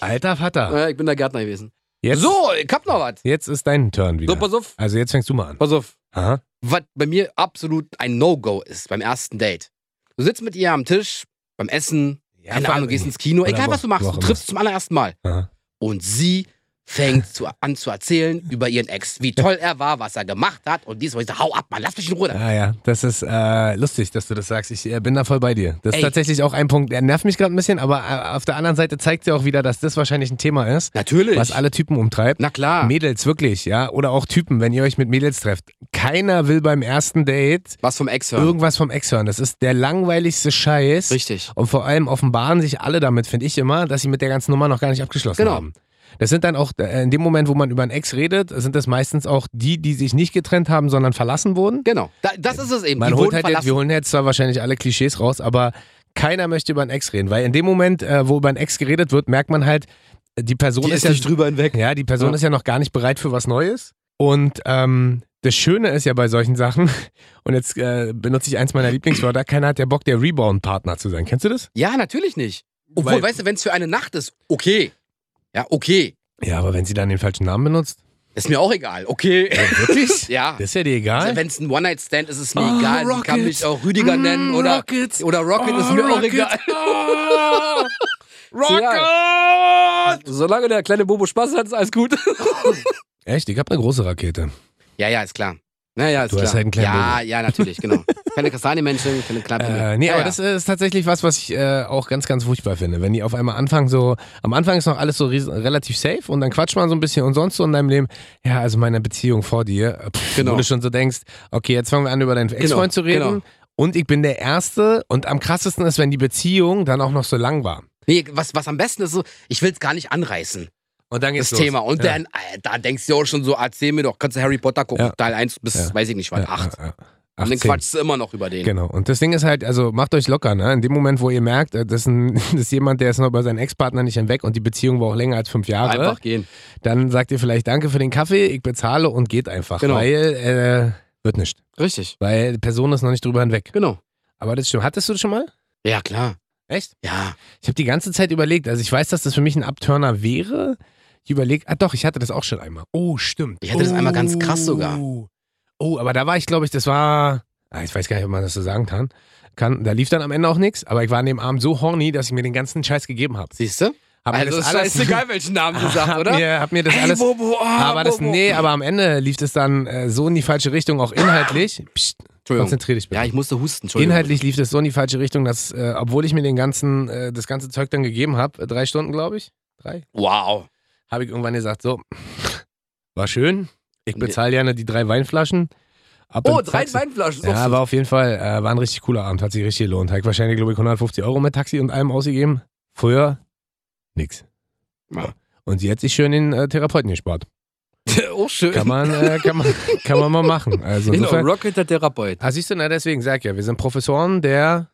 Speaker 2: Alter Vater.
Speaker 1: ja, ich bin der Gärtner gewesen.
Speaker 2: Jetzt,
Speaker 1: So, ich hab noch was.
Speaker 2: jetzt ist dein Turn wieder.
Speaker 1: So, pass auf,
Speaker 2: Also jetzt fängst du mal an.
Speaker 1: pass auf.
Speaker 2: Aha.
Speaker 1: Was bei mir absolut ein No-Go ist beim ersten Date. Du sitzt mit ihr am Tisch, beim Essen, keine Ahnung, gehst ins Kino,
Speaker 2: Oder
Speaker 1: egal
Speaker 2: wo-
Speaker 1: was du machst,
Speaker 2: wo
Speaker 1: du
Speaker 2: auch
Speaker 1: triffst zum allerersten Mal.
Speaker 2: Aha.
Speaker 1: Und sie fängt zu, an zu erzählen über ihren Ex, wie toll er war, was er gemacht hat und dies und ich so, hau ab, Mann, lass mich in Ruhe.
Speaker 2: Ah ja, das ist äh, lustig, dass du das sagst. Ich äh, bin da voll bei dir. Das ist
Speaker 1: Ey.
Speaker 2: tatsächlich auch ein Punkt, der nervt mich gerade ein bisschen, aber äh, auf der anderen Seite zeigt ja auch wieder, dass das wahrscheinlich ein Thema ist,
Speaker 1: Natürlich.
Speaker 2: was alle Typen umtreibt.
Speaker 1: Na klar.
Speaker 2: Mädels, wirklich, ja. Oder auch Typen, wenn ihr euch mit Mädels trefft. Keiner will beim ersten Date
Speaker 1: Was vom Ex hören.
Speaker 2: irgendwas vom Ex hören. Das ist der langweiligste Scheiß.
Speaker 1: Richtig.
Speaker 2: Und vor allem offenbaren sich alle damit, finde ich immer, dass sie mit der ganzen Nummer noch gar nicht abgeschlossen
Speaker 1: Genau.
Speaker 2: haben. Das sind dann auch, äh, in dem Moment, wo man über einen Ex redet, sind das meistens auch die, die sich nicht getrennt haben, sondern verlassen wurden.
Speaker 1: Genau. Da, das ist es eben.
Speaker 2: Man
Speaker 1: die
Speaker 2: holt
Speaker 1: wurden
Speaker 2: halt jetzt, wir
Speaker 1: verlassen.
Speaker 2: holen jetzt zwar wahrscheinlich alle Klischees raus, aber keiner möchte über einen Ex reden, weil in dem Moment, äh, wo über einen Ex geredet wird, merkt man halt, die Person
Speaker 3: Die
Speaker 2: ist,
Speaker 3: ist nicht
Speaker 2: ja,
Speaker 3: drüber hinweg.
Speaker 2: ja, die Person
Speaker 1: Ja.
Speaker 2: ist ja noch gar nicht bereit für was Neues. Und ähm, das Schöne ist ja bei solchen Sachen, und jetzt äh, benutze ich eins meiner Lieblingswörter, keiner hat ja Bock, der Rebound-Partner zu sein. Kennst du das?
Speaker 1: Ja, natürlich nicht. Obwohl,
Speaker 2: Weil-
Speaker 1: weißt du, wenn es für eine Nacht ist, okay. Ja, okay.
Speaker 2: Ja, aber wenn sie dann den falschen Namen benutzt.
Speaker 1: Ist mir auch egal, okay.
Speaker 2: Wirklich?
Speaker 1: Ja.
Speaker 2: Das ist ja dir egal.
Speaker 1: Also, Wenn es ein One-Night-Stand ist, ist es mir
Speaker 2: Oh,
Speaker 1: egal. Ich kann
Speaker 2: Rocket.
Speaker 1: mich auch Rüdiger
Speaker 2: Mm,
Speaker 1: nennen oder
Speaker 2: Rocket. Ah,
Speaker 1: oder Rocket ist mir auch egal.
Speaker 2: Oh, Rocket!
Speaker 1: Solange der kleine Bobo Spaß hat, ist alles gut.
Speaker 2: Echt, ich hab eine große Rakete.
Speaker 1: Ja, ja, ist klar. Naja, ist
Speaker 2: Du
Speaker 1: klar.
Speaker 2: hast halt einen kleinen
Speaker 1: ja, ja, natürlich, genau. Keine Kastanienmenschen, keine Klappe.
Speaker 2: Äh, nee,
Speaker 1: ja,
Speaker 2: aber
Speaker 1: ja.
Speaker 2: das ist tatsächlich was, was ich äh, auch ganz, ganz furchtbar finde. Wenn die auf einmal anfangen, so, am Anfang ist noch alles so ries- relativ safe und dann quatscht man so ein bisschen und sonst so in deinem Leben, ja, also meine Beziehung vor dir, äh, pff,
Speaker 1: Genau.
Speaker 2: wo du schon so denkst, okay, jetzt fangen wir an, über deinen Ex-Freund zu reden.
Speaker 1: genau.
Speaker 2: Und ich bin der Erste und am krassesten ist, wenn die Beziehung dann auch noch so lang war.
Speaker 1: Nee, was, was am besten ist so, ich will es gar nicht anreißen,
Speaker 2: Und dann geht's
Speaker 1: das
Speaker 2: los.
Speaker 1: Thema. Und
Speaker 2: Ja.
Speaker 1: dann, äh, da denkst du auch schon so, erzähl mir doch, kannst du Harry Potter gucken,
Speaker 2: Ja.
Speaker 1: Teil 1 bis,
Speaker 2: Ja.
Speaker 1: weiß ich nicht, was,
Speaker 2: Ja,
Speaker 1: 8.
Speaker 2: ja, ja.
Speaker 1: Und dann
Speaker 2: 18.
Speaker 1: quatschst du immer noch über den.
Speaker 2: Genau. Und das Ding ist halt, also macht euch locker, ne? In dem Moment, wo ihr merkt, äh, das ist, ein, das ist jemand, der ist noch über seinen Ex-Partner nicht hinweg und die Beziehung war auch länger als fünf Jahre,
Speaker 1: Einfach gehen.
Speaker 2: dann sagt ihr vielleicht Danke für den Kaffee, ich bezahle und geht einfach.
Speaker 1: Genau.
Speaker 2: Weil äh, wird nicht.
Speaker 1: Richtig,
Speaker 2: Weil die Person ist noch nicht drüber hinweg.
Speaker 1: genau.
Speaker 2: Aber das stimmt. Hattest du das schon mal?
Speaker 1: Ja, klar.
Speaker 2: Echt?
Speaker 1: Ja.
Speaker 2: Ich habe die ganze Zeit überlegt. Also ich weiß, dass das für mich ein Abturner wäre. Ich überlege, ah doch, ich hatte das auch schon einmal. Oh, stimmt.
Speaker 1: Ich hatte das einmal ganz krass sogar.
Speaker 2: Oh, aber da war ich, glaube ich, das war, ah, ich weiß gar nicht, ob man das so sagen kann. kann. Da lief dann am Ende auch nichts, aber ich war an dem Abend so horny, dass ich mir den ganzen Scheiß gegeben habe.
Speaker 1: Siehst du?
Speaker 2: Hab mir
Speaker 1: Also
Speaker 2: das
Speaker 1: ist
Speaker 2: alles,
Speaker 1: scheißegal, welchen Namen du sagst,
Speaker 2: hab
Speaker 1: oder?
Speaker 2: mir, hab mir das
Speaker 1: Hey,
Speaker 2: alles
Speaker 1: Bobo, oh,
Speaker 2: aber das,
Speaker 1: Bobo.
Speaker 2: nee, aber am Ende lief das dann äh, so in die falsche Richtung, auch inhaltlich. Psst,
Speaker 1: Entschuldigung.
Speaker 2: konzentrier dich bitte.
Speaker 1: Ja, ich musste husten, Entschuldigung.
Speaker 2: inhaltlich lief das so in die falsche Richtung, dass, äh, obwohl ich mir den ganzen, äh, das ganze Zeug dann gegeben habe, äh, drei Stunden, glaube ich, drei,
Speaker 1: Wow.
Speaker 2: habe ich irgendwann gesagt, so, war schön, ich
Speaker 1: Und die-
Speaker 2: bezahle gerne die drei Weinflaschen. Ab
Speaker 1: Oh,
Speaker 2: ins
Speaker 1: drei
Speaker 2: Taxi.
Speaker 1: Weinflaschen.
Speaker 2: Ja, war auf jeden Fall, äh, war ein richtig cooler Abend, hat sich richtig gelohnt. Habe ich wahrscheinlich, glaube ich, 150 Euro mit Taxi und allem ausgegeben. Früher nix.
Speaker 1: Ja.
Speaker 2: Und sie hat sich schön den äh, Therapeuten gespart.
Speaker 1: oh, schön.
Speaker 2: Kann man, äh, kann man, kann man mal machen. Also
Speaker 1: Genau,
Speaker 2: insofern,
Speaker 1: Rocket der Therapeut.
Speaker 2: ah, siehst du, na, deswegen sag ich ja, wir sind Professoren der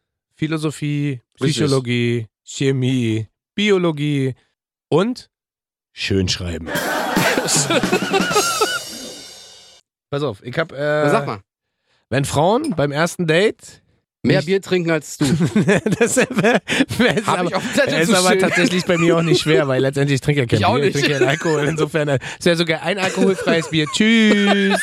Speaker 2: Philosophie, Psychologie, Chemie, Biologie und Schönschreiben. Pass auf, ich hab, äh,
Speaker 1: Na, sag mal,
Speaker 2: wenn Frauen beim ersten Date,
Speaker 1: mehr
Speaker 2: nicht-
Speaker 1: Bier trinken als du.
Speaker 2: das wär- wär- ist
Speaker 1: Hab
Speaker 2: aber,
Speaker 1: ich auf dem Zettel
Speaker 2: ist
Speaker 1: zu
Speaker 2: aber
Speaker 1: stehen.
Speaker 2: tatsächlich bei mir auch nicht schwer, weil letztendlich ich trinke ja kein
Speaker 1: Ich auch
Speaker 2: Bier,
Speaker 1: nicht.
Speaker 2: ich trinke keinen Alkohol. Insofern äh, ist ja sogar ein alkoholfreies Bier. Tschüss.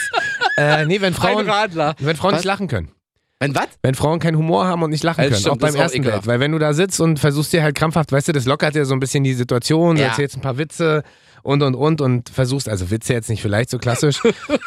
Speaker 2: Äh, nee, wenn Frauen,
Speaker 1: Ein Radler.
Speaker 2: wenn Frauen
Speaker 1: Was?
Speaker 2: nicht lachen können.
Speaker 1: Wenn was?
Speaker 2: Wenn Frauen keinen Humor haben und nicht lachen
Speaker 1: Das
Speaker 2: können,
Speaker 1: stimmt,
Speaker 2: auch beim
Speaker 1: das ist auch
Speaker 2: ersten Date.
Speaker 1: ekelhaft.
Speaker 2: Weil wenn du da sitzt und versuchst dir halt krampfhaft, weißt du, das lockert ja so ein bisschen die Situation, du
Speaker 1: Ja.
Speaker 2: erzählst ein paar Witze und und und und versuchst, also Witze jetzt nicht vielleicht so klassisch,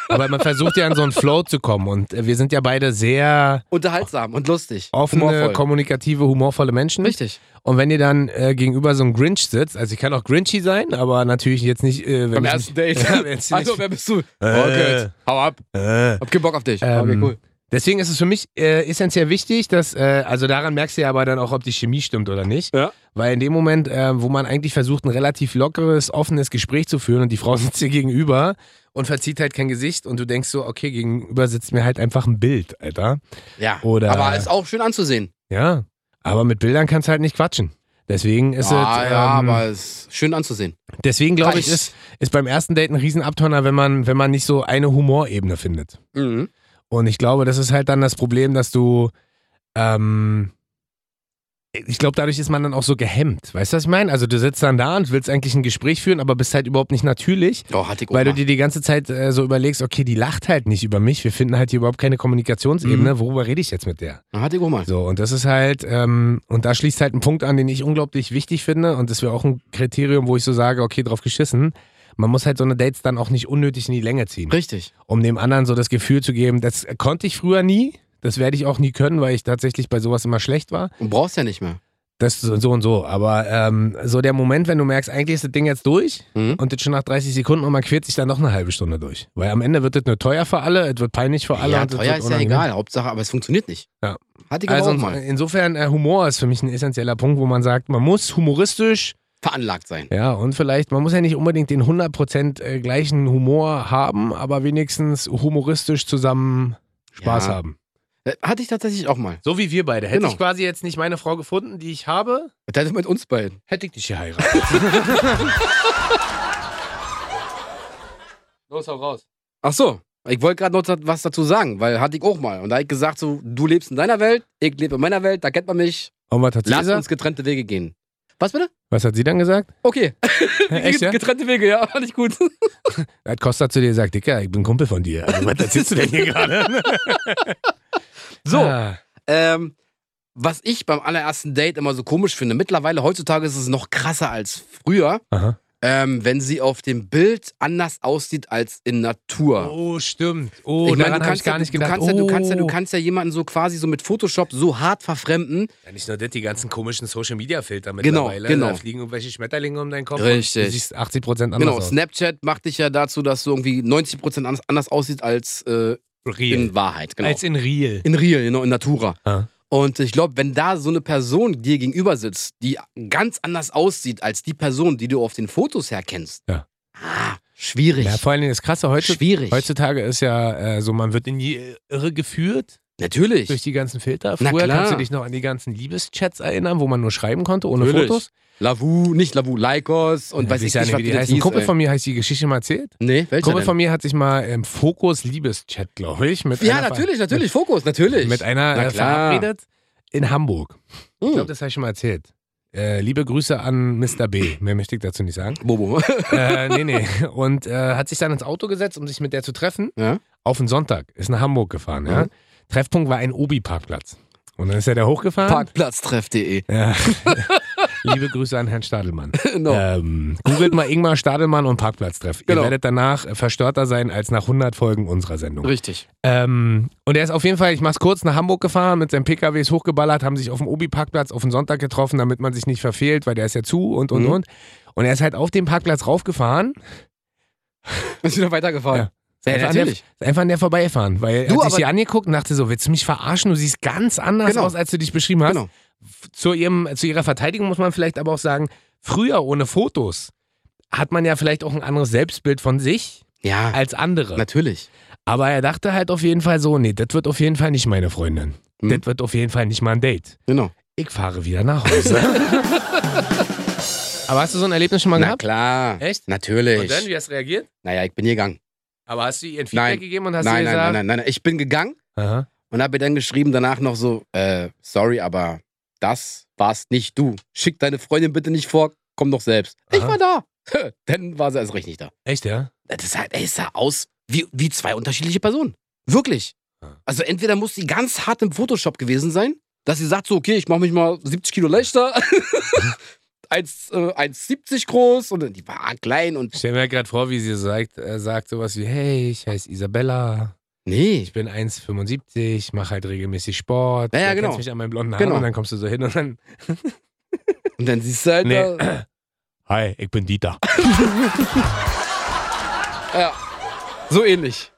Speaker 2: aber man versucht ja in so einen Flow zu kommen und äh, wir sind ja beide sehr
Speaker 1: Unterhaltsam und lustig.
Speaker 2: offene,
Speaker 1: humorvoll.
Speaker 2: kommunikative, humorvolle Menschen.
Speaker 1: Richtig.
Speaker 2: Und wenn ihr dann äh, gegenüber so einem Grinch sitzt, also ich kann auch Grinchy sein, aber natürlich jetzt nicht, äh, wenn
Speaker 1: Beim
Speaker 2: ich
Speaker 1: ersten
Speaker 2: nicht,
Speaker 1: Date.
Speaker 2: Ja, wenn ich
Speaker 1: Also,
Speaker 2: nicht,
Speaker 1: wer bist du?
Speaker 2: Äh.
Speaker 1: Rocket. Hau ab.
Speaker 2: äh,
Speaker 1: Hab keinen Bock auf dich.
Speaker 2: Ähm,
Speaker 1: okay, cool.
Speaker 2: Deswegen ist es für mich äh, essentiell wichtig, dass, äh, also daran merkst du ja aber dann auch, ob die Chemie stimmt oder nicht.
Speaker 1: Ja.
Speaker 2: Weil in dem Moment, äh, wo man eigentlich versucht, ein relativ lockeres, offenes Gespräch zu führen und die Frau sitzt dir gegenüber und verzieht halt kein Gesicht und du denkst so, okay, gegenüber sitzt mir halt einfach ein Bild, Alter.
Speaker 1: Ja.
Speaker 2: oder-
Speaker 1: Aber ist auch schön anzusehen.
Speaker 2: Ja. Aber mit Bildern kannst du halt nicht quatschen. Deswegen ist
Speaker 1: ah,
Speaker 2: es.
Speaker 1: ja,
Speaker 2: ähm,
Speaker 1: aber ist schön anzusehen.
Speaker 2: deswegen glaube ich,
Speaker 1: Reicht.
Speaker 2: ist, ist beim ersten Date ein Riesenabturner, wenn man, wenn man nicht so eine Humorebene findet.
Speaker 1: Mhm.
Speaker 2: Und ich glaube, das ist halt dann das Problem, dass du, ähm, ich glaube, dadurch ist man dann auch so gehemmt. Weißt du, was ich meine? Also du sitzt dann da und willst eigentlich ein Gespräch führen, aber bist halt überhaupt nicht natürlich,
Speaker 1: Oh, hatte ich auch
Speaker 2: weil du
Speaker 1: mal.
Speaker 2: dir die ganze Zeit äh, so überlegst, okay, die lacht halt nicht über mich, wir finden halt hier überhaupt keine
Speaker 1: Mhm.
Speaker 2: Kommunikationsebene, worüber rede ich jetzt mit der?
Speaker 1: Ah, hatte ich auch mal.
Speaker 2: So, und das ist halt, ähm, und da schließt halt ein Punkt an, den ich unglaublich wichtig finde. Und das wäre auch ein Kriterium, wo ich so sage, okay, drauf geschissen. Man muss halt so eine Dates dann auch nicht unnötig in die Länge ziehen,
Speaker 1: Richtig.
Speaker 2: um dem anderen so das Gefühl zu geben, das konnte ich früher nie, das werde ich auch nie können, weil ich tatsächlich bei sowas immer schlecht war.
Speaker 1: Und brauchst ja nicht mehr.
Speaker 2: Das so, so und so. Aber ähm, so der Moment, wenn du merkst, eigentlich ist das Ding jetzt durch
Speaker 1: Mhm.
Speaker 2: und das schon nach 30 Sekunden und man quält sich dann noch eine halbe Stunde durch. Weil am Ende wird das nur teuer für alle, es wird peinlich für alle.
Speaker 1: ja,
Speaker 2: und es
Speaker 1: teuer
Speaker 2: wird
Speaker 1: ist ja
Speaker 2: unangenehm.
Speaker 1: egal. Hauptsache, aber es funktioniert nicht.
Speaker 2: ne? Ja.
Speaker 1: Hatte ich aber
Speaker 2: Also
Speaker 1: auch
Speaker 2: ins-
Speaker 1: mal.
Speaker 2: insofern, äh, Humor ist für mich ein essentieller Punkt, wo man sagt, man muss humoristisch,
Speaker 1: Veranlagt sein.
Speaker 2: ja, und vielleicht, man muss ja nicht unbedingt den 100% äh, gleichen Humor haben, aber wenigstens humoristisch zusammen Spaß
Speaker 1: Ja.
Speaker 2: haben.
Speaker 1: Äh, Hatte ich tatsächlich auch mal.
Speaker 2: So wie wir beide. Hätte
Speaker 1: Genau.
Speaker 2: ich quasi jetzt nicht meine Frau gefunden, die ich habe,
Speaker 1: Das ist mit uns beiden.
Speaker 2: hätte ich dich geheiratet. Los, hau raus.
Speaker 1: Ach so. Ich wollte gerade noch da- was dazu sagen, weil hatte ich auch mal. Und da hab ich gesagt, so, du lebst in deiner Welt, ich lebe in meiner Welt, da kennt man mich.
Speaker 2: Und was hat sie
Speaker 1: Lass
Speaker 2: gesagt?
Speaker 1: uns getrennte Wege gehen. Was bitte?
Speaker 2: Was hat sie dann gesagt?
Speaker 1: Okay.
Speaker 2: Echt, ja?
Speaker 1: Getrennte Wege, ja, fand ich gut.
Speaker 2: Hat Costa zu dir gesagt, Dicker, ich bin Kumpel von dir. Also, was erzählst du denn hier gerade?
Speaker 1: So.
Speaker 2: Ah.
Speaker 1: Ähm, was ich beim allerersten Date immer so komisch finde, mittlerweile, heutzutage ist es noch krasser als früher,
Speaker 2: Aha.
Speaker 1: ähm, wenn sie auf dem Bild anders aussieht als in Natur.
Speaker 2: Oh, stimmt. Oh,
Speaker 1: ich meine,
Speaker 2: daran
Speaker 1: du
Speaker 2: habe
Speaker 1: kannst,
Speaker 2: ich gar
Speaker 1: ja,
Speaker 2: nicht
Speaker 1: du,
Speaker 2: gedacht.
Speaker 1: kannst ja, du kannst ja, du
Speaker 2: Oh.
Speaker 1: kannst ja jemanden so quasi so mit Photoshop so hart verfremden.
Speaker 2: Ja, nicht nur das, die ganzen komischen Social-Media-Filter
Speaker 1: Genau,
Speaker 2: mittlerweile.
Speaker 1: genau.
Speaker 2: Da fliegen irgendwelche Schmetterlinge um deinen Kopf.
Speaker 1: Richtig.
Speaker 2: Und du siehst 80 Prozent anders
Speaker 1: Genau,
Speaker 2: aus.
Speaker 1: Snapchat macht dich ja dazu, dass du irgendwie 90% anders, anders aussieht als äh,
Speaker 2: Real.
Speaker 1: in Wahrheit. Genau.
Speaker 2: Als in Real.
Speaker 1: in Real, genau, in Natura.
Speaker 2: Ah.
Speaker 1: Und ich glaube, wenn da so eine Person dir gegenüber sitzt, die ganz anders aussieht als die Person, die du auf den Fotos herkennst,
Speaker 2: Ja.
Speaker 1: ah, schwierig.
Speaker 2: Ja, vor allen Dingen das Krasse heute,
Speaker 1: schwierig.
Speaker 2: heutzutage ist ja äh, so, man wird in die Irre geführt
Speaker 1: Natürlich.
Speaker 2: durch die ganzen Filter.
Speaker 1: Na
Speaker 2: Früher
Speaker 1: klar.
Speaker 2: kannst du dich noch an die ganzen Liebeschats erinnern, wo man nur schreiben konnte, ohne
Speaker 1: Natürlich.
Speaker 2: Fotos.
Speaker 1: Lavu, nicht Lavu, Laikos und weiß ich nicht,
Speaker 2: ja
Speaker 1: was
Speaker 2: wie die
Speaker 1: das
Speaker 2: heißen.
Speaker 1: hieß,
Speaker 2: Ein Kumpel
Speaker 1: ey.
Speaker 2: von mir, heißt die Geschichte mal erzählt?
Speaker 1: Nee, welcher
Speaker 2: Kumpel
Speaker 1: denn?
Speaker 2: von mir hat sich mal im Fokus Liebeschat, glaube ich, mit
Speaker 1: ja,
Speaker 2: einer
Speaker 1: natürlich, natürlich, Fokus, natürlich.
Speaker 2: Mit, mit einer
Speaker 1: Na
Speaker 2: äh,
Speaker 1: klar.
Speaker 2: verabredet in Hamburg. Ich glaube,
Speaker 1: hm.
Speaker 2: das habe ich schon mal erzählt. Äh, liebe Grüße an Mr. B. Mehr möchte ich dazu nicht sagen.
Speaker 1: Bobo.
Speaker 2: Äh, nee, nee. Und äh, hat sich dann ins Auto gesetzt, um sich mit der zu treffen.
Speaker 1: Ja.
Speaker 2: Auf den Sonntag. Ist nach Hamburg gefahren. Ja.
Speaker 1: Mhm.
Speaker 2: Treffpunkt war ein Obi-Parkplatz. Und dann ist er da hochgefahren.
Speaker 1: Parkplatztreff.de.
Speaker 2: Ja. Liebe Grüße an Herrn Stadelmann.
Speaker 1: Genau.
Speaker 2: Ähm, googelt mal Ingmar Stadelmann und Parkplatztreff.
Speaker 1: Genau.
Speaker 2: Ihr werdet danach verstörter sein als nach 100 Folgen unserer Sendung.
Speaker 1: Richtig.
Speaker 2: Ähm, und er ist auf jeden Fall, ich mach's kurz, nach Hamburg gefahren, mit seinem PKW ist hochgeballert, haben sich auf dem Obi-Parkplatz auf den Sonntag getroffen, damit man sich nicht verfehlt, weil der ist ja zu und und
Speaker 1: Mhm.
Speaker 2: und. Und er ist halt auf dem Parkplatz raufgefahren.
Speaker 1: Ist wieder weitergefahren.
Speaker 2: Ist einfach an der-
Speaker 1: natürlich.
Speaker 2: ist Einfach an der vorbeifahren, weil er
Speaker 1: Du,
Speaker 2: hat sich
Speaker 1: aber-
Speaker 2: die angeguckt und dachte so, willst du mich verarschen? Du siehst ganz anders
Speaker 1: Genau.
Speaker 2: aus, als du dich beschrieben hast.
Speaker 1: Genau.
Speaker 2: Zu, ihrem, zu ihrer Verteidigung muss man vielleicht aber auch sagen, früher ohne Fotos hat man ja vielleicht auch ein anderes Selbstbild von sich
Speaker 1: Ja,
Speaker 2: als andere.
Speaker 1: natürlich.
Speaker 2: Aber er dachte halt auf jeden Fall so, nee, das wird auf jeden Fall nicht meine Freundin.
Speaker 1: Hm.
Speaker 2: Das wird auf jeden Fall nicht mal ein Date.
Speaker 1: Genau.
Speaker 2: Ich fahre wieder nach Hause. Aber hast du so ein Erlebnis schon mal
Speaker 1: Na
Speaker 2: gehabt?
Speaker 1: klar.
Speaker 2: Echt?
Speaker 1: Natürlich.
Speaker 2: Und dann, wie hast du reagiert?
Speaker 1: Naja, ich bin hier gegangen.
Speaker 2: Aber hast du ihr ein Feedback
Speaker 1: Nein.
Speaker 2: gegeben und hast
Speaker 1: Nein,
Speaker 2: ihr
Speaker 1: nein,
Speaker 2: gesagt?
Speaker 1: nein, nein, nein, nein. Ich bin gegangen
Speaker 2: nein, nein. Aha.
Speaker 1: und habe ihr dann geschrieben danach noch so, äh, sorry, aber das warst nicht du. Schick deine Freundin bitte nicht vor, komm doch selbst. Ich
Speaker 2: Aha.
Speaker 1: war da. dann war sie erst recht nicht da.
Speaker 2: Echt, ja?
Speaker 1: Das ist halt, ey, es sah aus wie, wie zwei unterschiedliche Personen. Wirklich.
Speaker 2: Ja.
Speaker 1: Also entweder muss sie ganz hart im Photoshop gewesen sein, dass sie sagt so, okay, ich mache mich mal 70 Kilo leichter. 1, äh, 1,70 groß und die war klein und.
Speaker 2: Ich stelle mir gerade vor, wie sie sagt, äh, sagt sowas wie, hey, ich heiße Isabella,
Speaker 1: Nee,
Speaker 2: ich bin 1,75, mache halt regelmäßig Sport.
Speaker 1: Ja, ja,
Speaker 2: du
Speaker 1: genau.
Speaker 2: kennst mich an meinen blonden Haaren
Speaker 1: Genau.
Speaker 2: und dann kommst du so hin und dann,
Speaker 1: Und dann siehst du halt
Speaker 2: Nee.
Speaker 1: da,
Speaker 2: hi, ich bin Dieter.
Speaker 1: so ähnlich.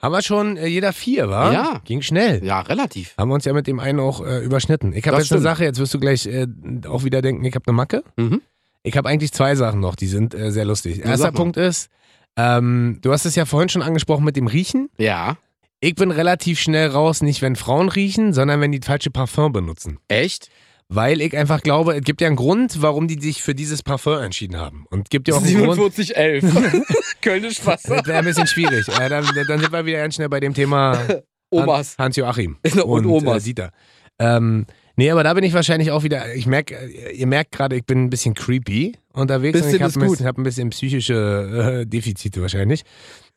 Speaker 2: Haben wir schon äh, jeder vier, wa?
Speaker 1: Ja.
Speaker 2: Ging schnell.
Speaker 1: Ja, relativ.
Speaker 2: Haben wir uns ja mit dem einen auch äh, überschnitten. Ich habe
Speaker 1: Das
Speaker 2: jetzt eine
Speaker 1: stimmt.
Speaker 2: Sache, jetzt wirst du gleich äh, auch wieder denken, ich habe eine Macke.
Speaker 1: Mhm.
Speaker 2: Ich habe eigentlich zwei Sachen noch, die sind äh, sehr lustig.
Speaker 1: Na,
Speaker 2: Erster
Speaker 1: sag mal.
Speaker 2: Punkt ist, ähm, du hast es ja vorhin schon angesprochen mit dem Riechen.
Speaker 1: Ja.
Speaker 2: Ich bin relativ schnell raus, nicht wenn Frauen riechen, sondern wenn die falsche Parfum benutzen.
Speaker 1: Echt?
Speaker 2: Weil ich einfach glaube, es gibt ja einen Grund, warum die sich für dieses Parfum entschieden haben. Und es gibt ja auch einen Grund.
Speaker 1: 4711. Kölnisch Wasser.
Speaker 2: Das wäre ein bisschen schwierig. Äh, dann, dann sind wir wieder ganz schnell bei dem Thema
Speaker 1: Omas.
Speaker 2: Hans Joachim.
Speaker 1: Und
Speaker 2: Äh,
Speaker 1: Omas.
Speaker 2: Dieter. Ähm, nee, aber da bin ich wahrscheinlich auch wieder. Ich merk, äh, ihr merkt gerade, ich bin ein bisschen creepy unterwegs. und
Speaker 1: Bisschen
Speaker 2: ich habe
Speaker 1: ist
Speaker 2: ein,
Speaker 1: gut.
Speaker 2: bisschen- hab ein bisschen psychische äh, Defizite wahrscheinlich.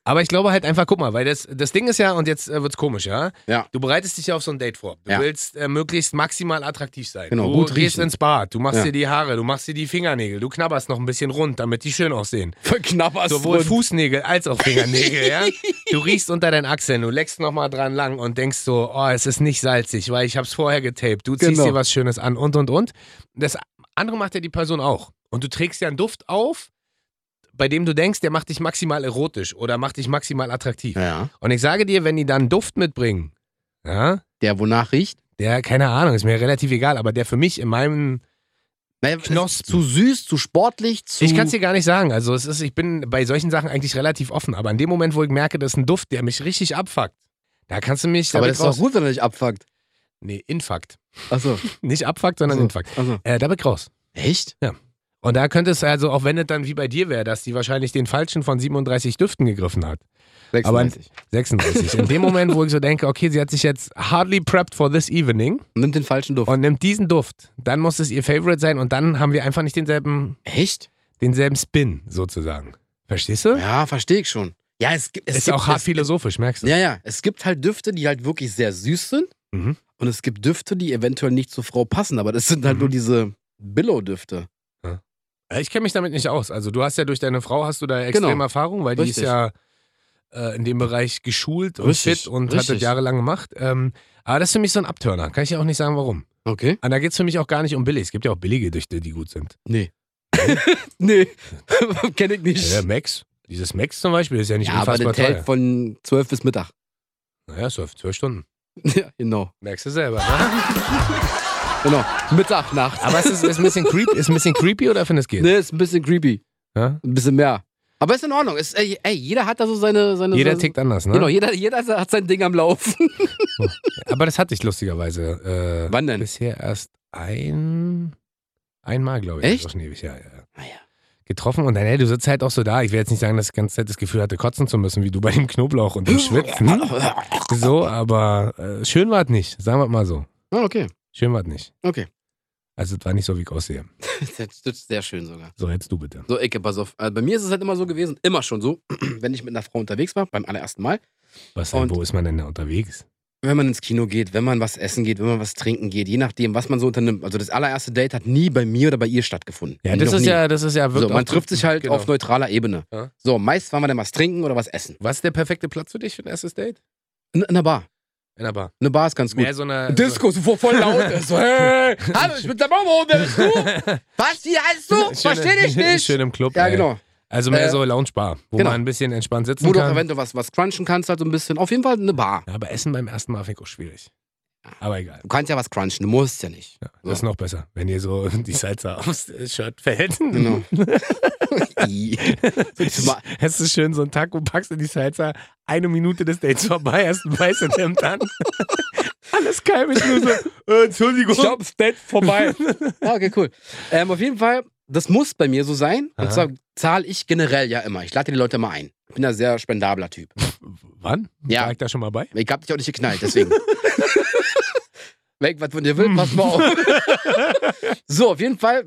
Speaker 2: Aber ich glaube halt einfach, guck mal, weil das, das Ding ist ja, und jetzt äh, wird's komisch, ja?
Speaker 1: Ja.
Speaker 2: Du bereitest dich ja auf so ein Date vor. Du
Speaker 1: Ja.
Speaker 2: willst äh, möglichst maximal attraktiv sein.
Speaker 1: Genau,
Speaker 2: du
Speaker 1: gut
Speaker 2: gehst
Speaker 1: riechen.
Speaker 2: ins Bad, du machst
Speaker 1: Ja.
Speaker 2: dir die Haare, du machst dir die Fingernägel, du knabberst noch ein bisschen rund, damit die schön aussehen.
Speaker 1: Verknapperst
Speaker 2: Sowohl
Speaker 1: und-
Speaker 2: Fußnägel als auch Fingernägel, ja? Du riechst unter deinen Achseln, du leckst nochmal dran lang und denkst so, oh, es ist nicht salzig, weil ich hab's vorher getaped. Du ziehst
Speaker 1: Genau.
Speaker 2: dir was Schönes an und, und, und. Das andere macht ja die Person auch. Und du trägst ja einen Duft auf, bei dem du denkst, der macht dich maximal erotisch oder macht dich maximal attraktiv.
Speaker 1: Ja.
Speaker 2: Und ich sage dir, wenn die dann einen Duft mitbringen, ja,
Speaker 1: Der, wonach riecht?
Speaker 2: der, keine Ahnung, ist mir relativ egal, aber der für mich in meinem,
Speaker 1: Naja, es
Speaker 2: Knospen.
Speaker 1: ist Zu süß, zu sportlich, zu.
Speaker 2: ich kann es dir gar nicht sagen. Also es ist, ich bin bei solchen Sachen eigentlich relativ offen, aber in dem Moment, wo ich merke, das ist ein Duft, der mich richtig abfuckt, Da kannst du mich.
Speaker 1: Aber
Speaker 2: damit
Speaker 1: das ist doch
Speaker 2: raus-
Speaker 1: gut, wenn er dich abfuckt.
Speaker 2: Nee, Infakt.
Speaker 1: Achso.
Speaker 2: Nicht Abfakt, sondern
Speaker 1: Also.
Speaker 2: Infakt.
Speaker 1: Also.
Speaker 2: Äh, damit raus.
Speaker 1: Echt?
Speaker 2: Und da könnte es also, auch wenn es dann wie bei dir wäre, dass die wahrscheinlich den falschen von 37 Düften gegriffen hat.
Speaker 1: 36.
Speaker 2: 36. In dem Moment, wo ich so denke, okay, sie hat sich jetzt hardly prepped for this evening
Speaker 1: Nimmt den falschen Duft.
Speaker 2: und nimmt diesen Duft, dann muss es ihr Favorite sein und dann haben wir einfach nicht denselben,
Speaker 1: Echt?
Speaker 2: denselben Spin sozusagen. Verstehst du?
Speaker 1: Ja, verstehe ich schon. Ja, es, gibt- es
Speaker 2: Ist
Speaker 1: gibt,
Speaker 2: auch hart
Speaker 1: es,
Speaker 2: philosophisch, merkst du?
Speaker 1: Ja, ja. Es gibt halt Düfte, die halt wirklich sehr süß sind.
Speaker 2: Mhm.
Speaker 1: Und es gibt Düfte, die eventuell nicht zur Frau passen. Aber das sind halt
Speaker 2: Mhm.
Speaker 1: nur diese Billow-Düfte.
Speaker 2: Ich kenne mich damit nicht aus. Also du hast ja durch deine Frau hast du da extrem
Speaker 1: Genau.
Speaker 2: Erfahrung, weil die
Speaker 1: Richtig.
Speaker 2: ist ja äh, in dem Bereich geschult und
Speaker 1: Richtig,
Speaker 2: fit und hat das
Speaker 1: richtig.
Speaker 2: jahrelang gemacht. Ähm, aber das ist für mich so ein Abturner. Kann ich ja auch nicht sagen, warum.
Speaker 1: Okay.
Speaker 2: Und da geht es für mich auch gar nicht um billig. Es gibt ja auch billige Düfte, die gut sind.
Speaker 1: Nee. nee. Kenne ich nicht.
Speaker 2: Ja, Max. Dieses Max zum Beispiel ist ja nicht
Speaker 1: ja, aber
Speaker 2: unfassbar
Speaker 1: das hält
Speaker 2: teuer. von
Speaker 1: von 12 bis Mittag.
Speaker 2: Naja, zwölf, zwölf Stunden.
Speaker 1: Ja, genau.
Speaker 2: Merkst du selber, ne?
Speaker 1: Genau. Mittag, Nacht.
Speaker 2: Aber es ist, ist, ein bisschen creepy, ist ein bisschen creepy oder findest du es geht?
Speaker 1: Ne, ist ein bisschen creepy.
Speaker 2: Ja?
Speaker 1: Ein bisschen mehr. Aber ist in Ordnung. Ist, ey, ey, jeder hat da so seine. seine
Speaker 2: Jeder
Speaker 1: seine,
Speaker 2: tickt anders, ne?
Speaker 1: Genau, jeder, jeder hat sein Ding am Laufen.
Speaker 2: Aber das hatte ich lustigerweise äh,
Speaker 1: Wann denn?
Speaker 2: bisher erst ein einmal, glaube ich.
Speaker 1: Echt? Ah,
Speaker 2: Auch schon ewig, ja, ja. ja.
Speaker 1: Naja.
Speaker 2: Getroffen und dann, ey, du sitzt halt auch so da. Ich will jetzt nicht sagen, dass ich die ganze Zeit das Gefühl hatte, kotzen zu müssen, wie du bei dem Knoblauch und dem Schwitzen.
Speaker 1: Ah,
Speaker 2: so, aber äh, schön war es nicht, sagen wir mal so.
Speaker 1: Ah, okay.
Speaker 2: Schön war es nicht.
Speaker 1: Okay.
Speaker 2: Also es war nicht so, wie ich aussehe.
Speaker 1: Das ist sehr schön sogar.
Speaker 2: So, jetzt du bitte.
Speaker 1: So, Ecke, pass auf. Also bei mir ist es halt immer so gewesen, immer schon so, wenn ich mit einer Frau unterwegs war, beim allerersten Mal.
Speaker 2: Was
Speaker 1: Und-
Speaker 2: denn, wo ist man denn da unterwegs?
Speaker 1: Wenn man ins Kino geht, wenn man was essen geht, wenn man was trinken geht, je nachdem, was man so unternimmt. Also das allererste Date hat nie bei mir oder bei ihr stattgefunden.
Speaker 2: Ja, das
Speaker 1: Noch
Speaker 2: ist
Speaker 1: nie.
Speaker 2: ja, das ist ja genau.
Speaker 1: So,
Speaker 2: wirklich.
Speaker 1: man trifft sich halt auf neutraler Ebene.
Speaker 2: Ja.
Speaker 1: So, meist waren wir dann was trinken oder was essen.
Speaker 2: Was ist der perfekte Platz für dich für ein erstes Date?
Speaker 1: In, in einer Bar.
Speaker 2: In der Bar.
Speaker 1: Eine Bar ist ganz gut.
Speaker 2: Mehr so eine.
Speaker 1: Disco, so voll- voll laut. so, hey, hallo, ich bin der Momo, wer bist du? Was, hier heißt du? Versteh dich nicht.
Speaker 2: Schön im Club.
Speaker 1: ja,
Speaker 2: ey.
Speaker 1: genau.
Speaker 2: Also mehr
Speaker 1: Äh,
Speaker 2: so Lounge-Bar, wo
Speaker 1: genau.
Speaker 2: man ein bisschen entspannt sitzen
Speaker 1: Wo du auch
Speaker 2: kann.
Speaker 1: eventuell was, was crunchen kannst, halt so ein bisschen. Auf jeden Fall eine Bar.
Speaker 2: Ja, aber Essen beim ersten Mal finde ich auch schwierig. Aber egal.
Speaker 1: Du kannst ja was crunchen, du musst ja nicht.
Speaker 2: Ja,
Speaker 1: Ah. So.
Speaker 2: Das ist noch besser, wenn dir so die Salsa aufs äh, Shirt fällt.
Speaker 1: Genau. I. Zumal-
Speaker 2: Es ist schön, so ein Taco packst du die Salsa, eine Minute des Dates vorbei, hast einen weißen Hemd an. Alles geil, ich nur so, äh, Entschuldigung.
Speaker 1: Ich glaub,
Speaker 2: das Date vorbei.
Speaker 1: ja, okay, cool. Ähm, auf jeden Fall, das muss bei mir so sein. Und
Speaker 2: Aha.
Speaker 1: zwar zahle ich generell ja immer. Ich lade die Leute mal ein. Ich bin ein sehr spendabler Typ.
Speaker 2: Wann?
Speaker 1: Ja.
Speaker 2: War ich da schon mal bei?
Speaker 1: Ich hab dich auch nicht geknallt, deswegen. Weg, was von dir will, pass mal auf. so, auf jeden Fall,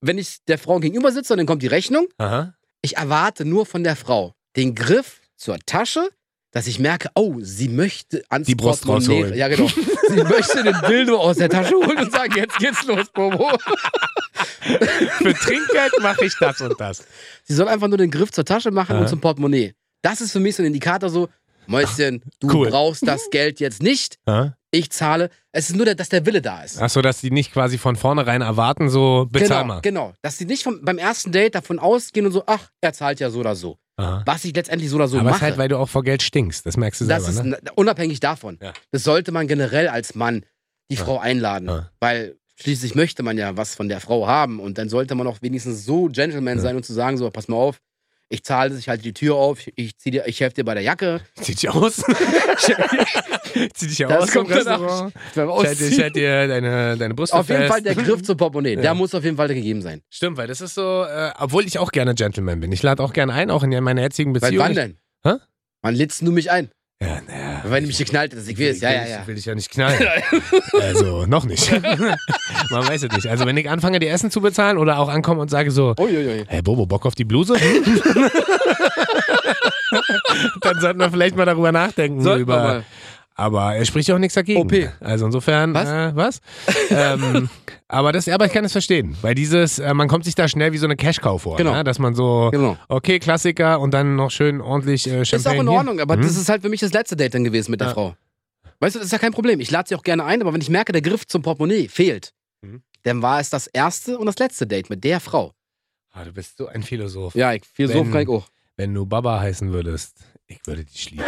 Speaker 1: wenn ich der Frau gegenüber sitze und dann kommt die Rechnung,
Speaker 2: Aha.
Speaker 1: ich erwarte nur von der Frau den Griff zur Tasche, dass ich merke, oh, sie möchte ans
Speaker 2: Die Brust
Speaker 1: Portemonnaie-
Speaker 2: rausholen.
Speaker 1: Ja, genau. Sie möchte den Dildo aus der Tasche holen und sagen, jetzt geht's los, Bobo.
Speaker 2: Für Trinkgeld mache ich das und das.
Speaker 1: Sie soll einfach nur den Griff zur Tasche machen
Speaker 2: Aha.
Speaker 1: und zum Portemonnaie. Das ist für mich so ein Indikator so, Mäuschen, du
Speaker 2: Cool.
Speaker 1: brauchst das Geld jetzt nicht,
Speaker 2: Aha.
Speaker 1: ich zahle. Es ist nur, der, dass der Wille da ist.
Speaker 2: Achso, dass die nicht quasi von vornherein erwarten, so bezahl
Speaker 1: Genau,
Speaker 2: mal.
Speaker 1: genau. Dass sie nicht vom, beim ersten Date davon ausgehen und so, ach, er zahlt ja so oder so.
Speaker 2: Aha.
Speaker 1: Was ich letztendlich so oder so
Speaker 2: Aber es
Speaker 1: mache.
Speaker 2: ist halt, weil du auch vor Geld stinkst. Das merkst du
Speaker 1: das
Speaker 2: selber,
Speaker 1: ist
Speaker 2: ne?
Speaker 1: n- unabhängig davon.
Speaker 2: Ja.
Speaker 1: Das sollte man generell als Mann die
Speaker 2: Ja.
Speaker 1: Frau einladen,
Speaker 2: Ja.
Speaker 1: weil schließlich möchte man ja was von der Frau haben und dann sollte man auch wenigstens so Gentleman
Speaker 2: Ja.
Speaker 1: sein und zu sagen so, pass mal auf, ich zahle das, ich halte die Tür auf, ich zieh dir, ich helfe dir bei der Jacke.
Speaker 2: Zieh dich aus. Zieh dich
Speaker 1: Das
Speaker 2: aus.
Speaker 1: kommt
Speaker 2: im
Speaker 1: danach.
Speaker 2: Restaurant.
Speaker 1: Beim
Speaker 2: Ich halte ich
Speaker 1: Ausziehen.
Speaker 2: halte dir deine, deine Brust
Speaker 1: Auf jeden
Speaker 2: fest.
Speaker 1: Fall der Griff zum Portemonnaie,
Speaker 2: Ja.
Speaker 1: der muss auf jeden Fall gegeben sein.
Speaker 2: Stimmt, weil das ist so, äh, obwohl ich auch gerne Gentleman bin. Ich lade auch gerne ein, auch in meiner jetzigen
Speaker 1: Weil
Speaker 2: Beziehung.
Speaker 1: wann denn?
Speaker 2: Hä?
Speaker 1: Wann lädst du mich ein?
Speaker 2: Ja, naja.
Speaker 1: Wenn du mich geknallt hast, ich will es, ja, ja, ja.
Speaker 2: Will ich ja nicht knallen. also, noch nicht. Man weiß es nicht. Also, wenn ich anfange, dir Essen zu bezahlen oder auch ankomme und sage so,
Speaker 1: Uiuiui.
Speaker 2: hey Bobo, Bock auf die Bluse? Dann sollten wir vielleicht mal darüber nachdenken.
Speaker 1: Sollten wir
Speaker 2: über,
Speaker 1: mal.
Speaker 2: Aber er spricht ja auch nichts dagegen.
Speaker 1: OP.
Speaker 2: Also insofern,
Speaker 1: Was?
Speaker 2: äh, was? ähm, aber, das, aber ich kann es verstehen, weil dieses, äh, man kommt sich da schnell wie so eine Cash-Cow vor,
Speaker 1: Genau.
Speaker 2: ne? dass man so,
Speaker 1: Genau.
Speaker 2: okay, Klassiker und dann noch schön ordentlich äh, Champagne.
Speaker 1: Ist auch in
Speaker 2: hier.
Speaker 1: Ordnung, aber
Speaker 2: Hm?
Speaker 1: das ist halt für mich das letzte Date dann gewesen mit der
Speaker 2: Ja.
Speaker 1: Frau. Weißt du, das ist ja kein Problem. Ich lade sie auch gerne ein, aber wenn ich merke, der Griff zum Portemonnaie fehlt,
Speaker 2: Mhm.
Speaker 1: dann war es das erste und das letzte Date mit der Frau.
Speaker 2: Ah, du bist so ein Philosoph.
Speaker 1: Ja, ich, viel
Speaker 2: Wenn-
Speaker 1: so kann ich auch.
Speaker 2: Wenn du Baba heißen würdest, ich würde dich schließen.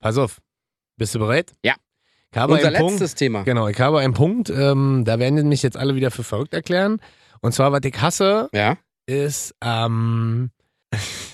Speaker 2: Pass auf, bist du bereit?
Speaker 1: Ja.
Speaker 2: Ich habe
Speaker 1: Unser
Speaker 2: einen Punkt,
Speaker 1: letztes Thema.
Speaker 2: Genau, ich habe einen Punkt, ähm, da werden mich jetzt alle wieder für verrückt erklären. Und zwar, was ich hasse,
Speaker 1: Ja?
Speaker 2: ist, ähm,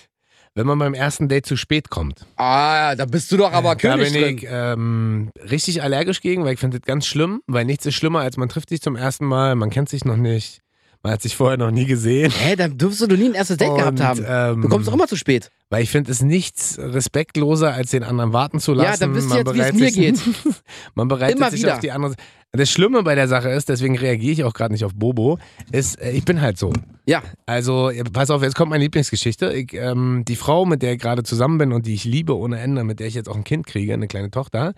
Speaker 2: wenn man beim ersten Date zu spät kommt.
Speaker 1: Ah, da bist du doch aber
Speaker 2: Da
Speaker 1: König
Speaker 2: bin
Speaker 1: drin.
Speaker 2: ich ähm, richtig allergisch gegen, weil ich finde das ganz schlimm, weil nichts ist schlimmer, als man trifft sich zum ersten Mal, man kennt sich noch nicht, man hat sich vorher noch nie gesehen.
Speaker 1: Hä, dann dürftest du nie ein erstes Date gehabt
Speaker 2: Und,
Speaker 1: haben.
Speaker 2: Ähm,
Speaker 1: Du kommst doch immer zu spät.
Speaker 2: Weil ich finde es nichts respektloser, als den anderen warten zu lassen.
Speaker 1: Ja, dann wisst ihr jetzt, wie es
Speaker 2: bereitet
Speaker 1: mir
Speaker 2: sich- man bereitet
Speaker 1: Immer
Speaker 2: sich
Speaker 1: wieder.
Speaker 2: auf die andere Seite. Das Schlimme bei der Sache ist, deswegen reagiere ich auch gerade nicht auf Bobo, ist, äh, ich bin halt so.
Speaker 1: Ja.
Speaker 2: Also, ja, pass auf, jetzt kommt meine Lieblingsgeschichte. Ich, ähm, die Frau, mit der ich gerade zusammen bin und die ich liebe ohne Ende, mit der ich jetzt auch ein Kind kriege, eine kleine Tochter,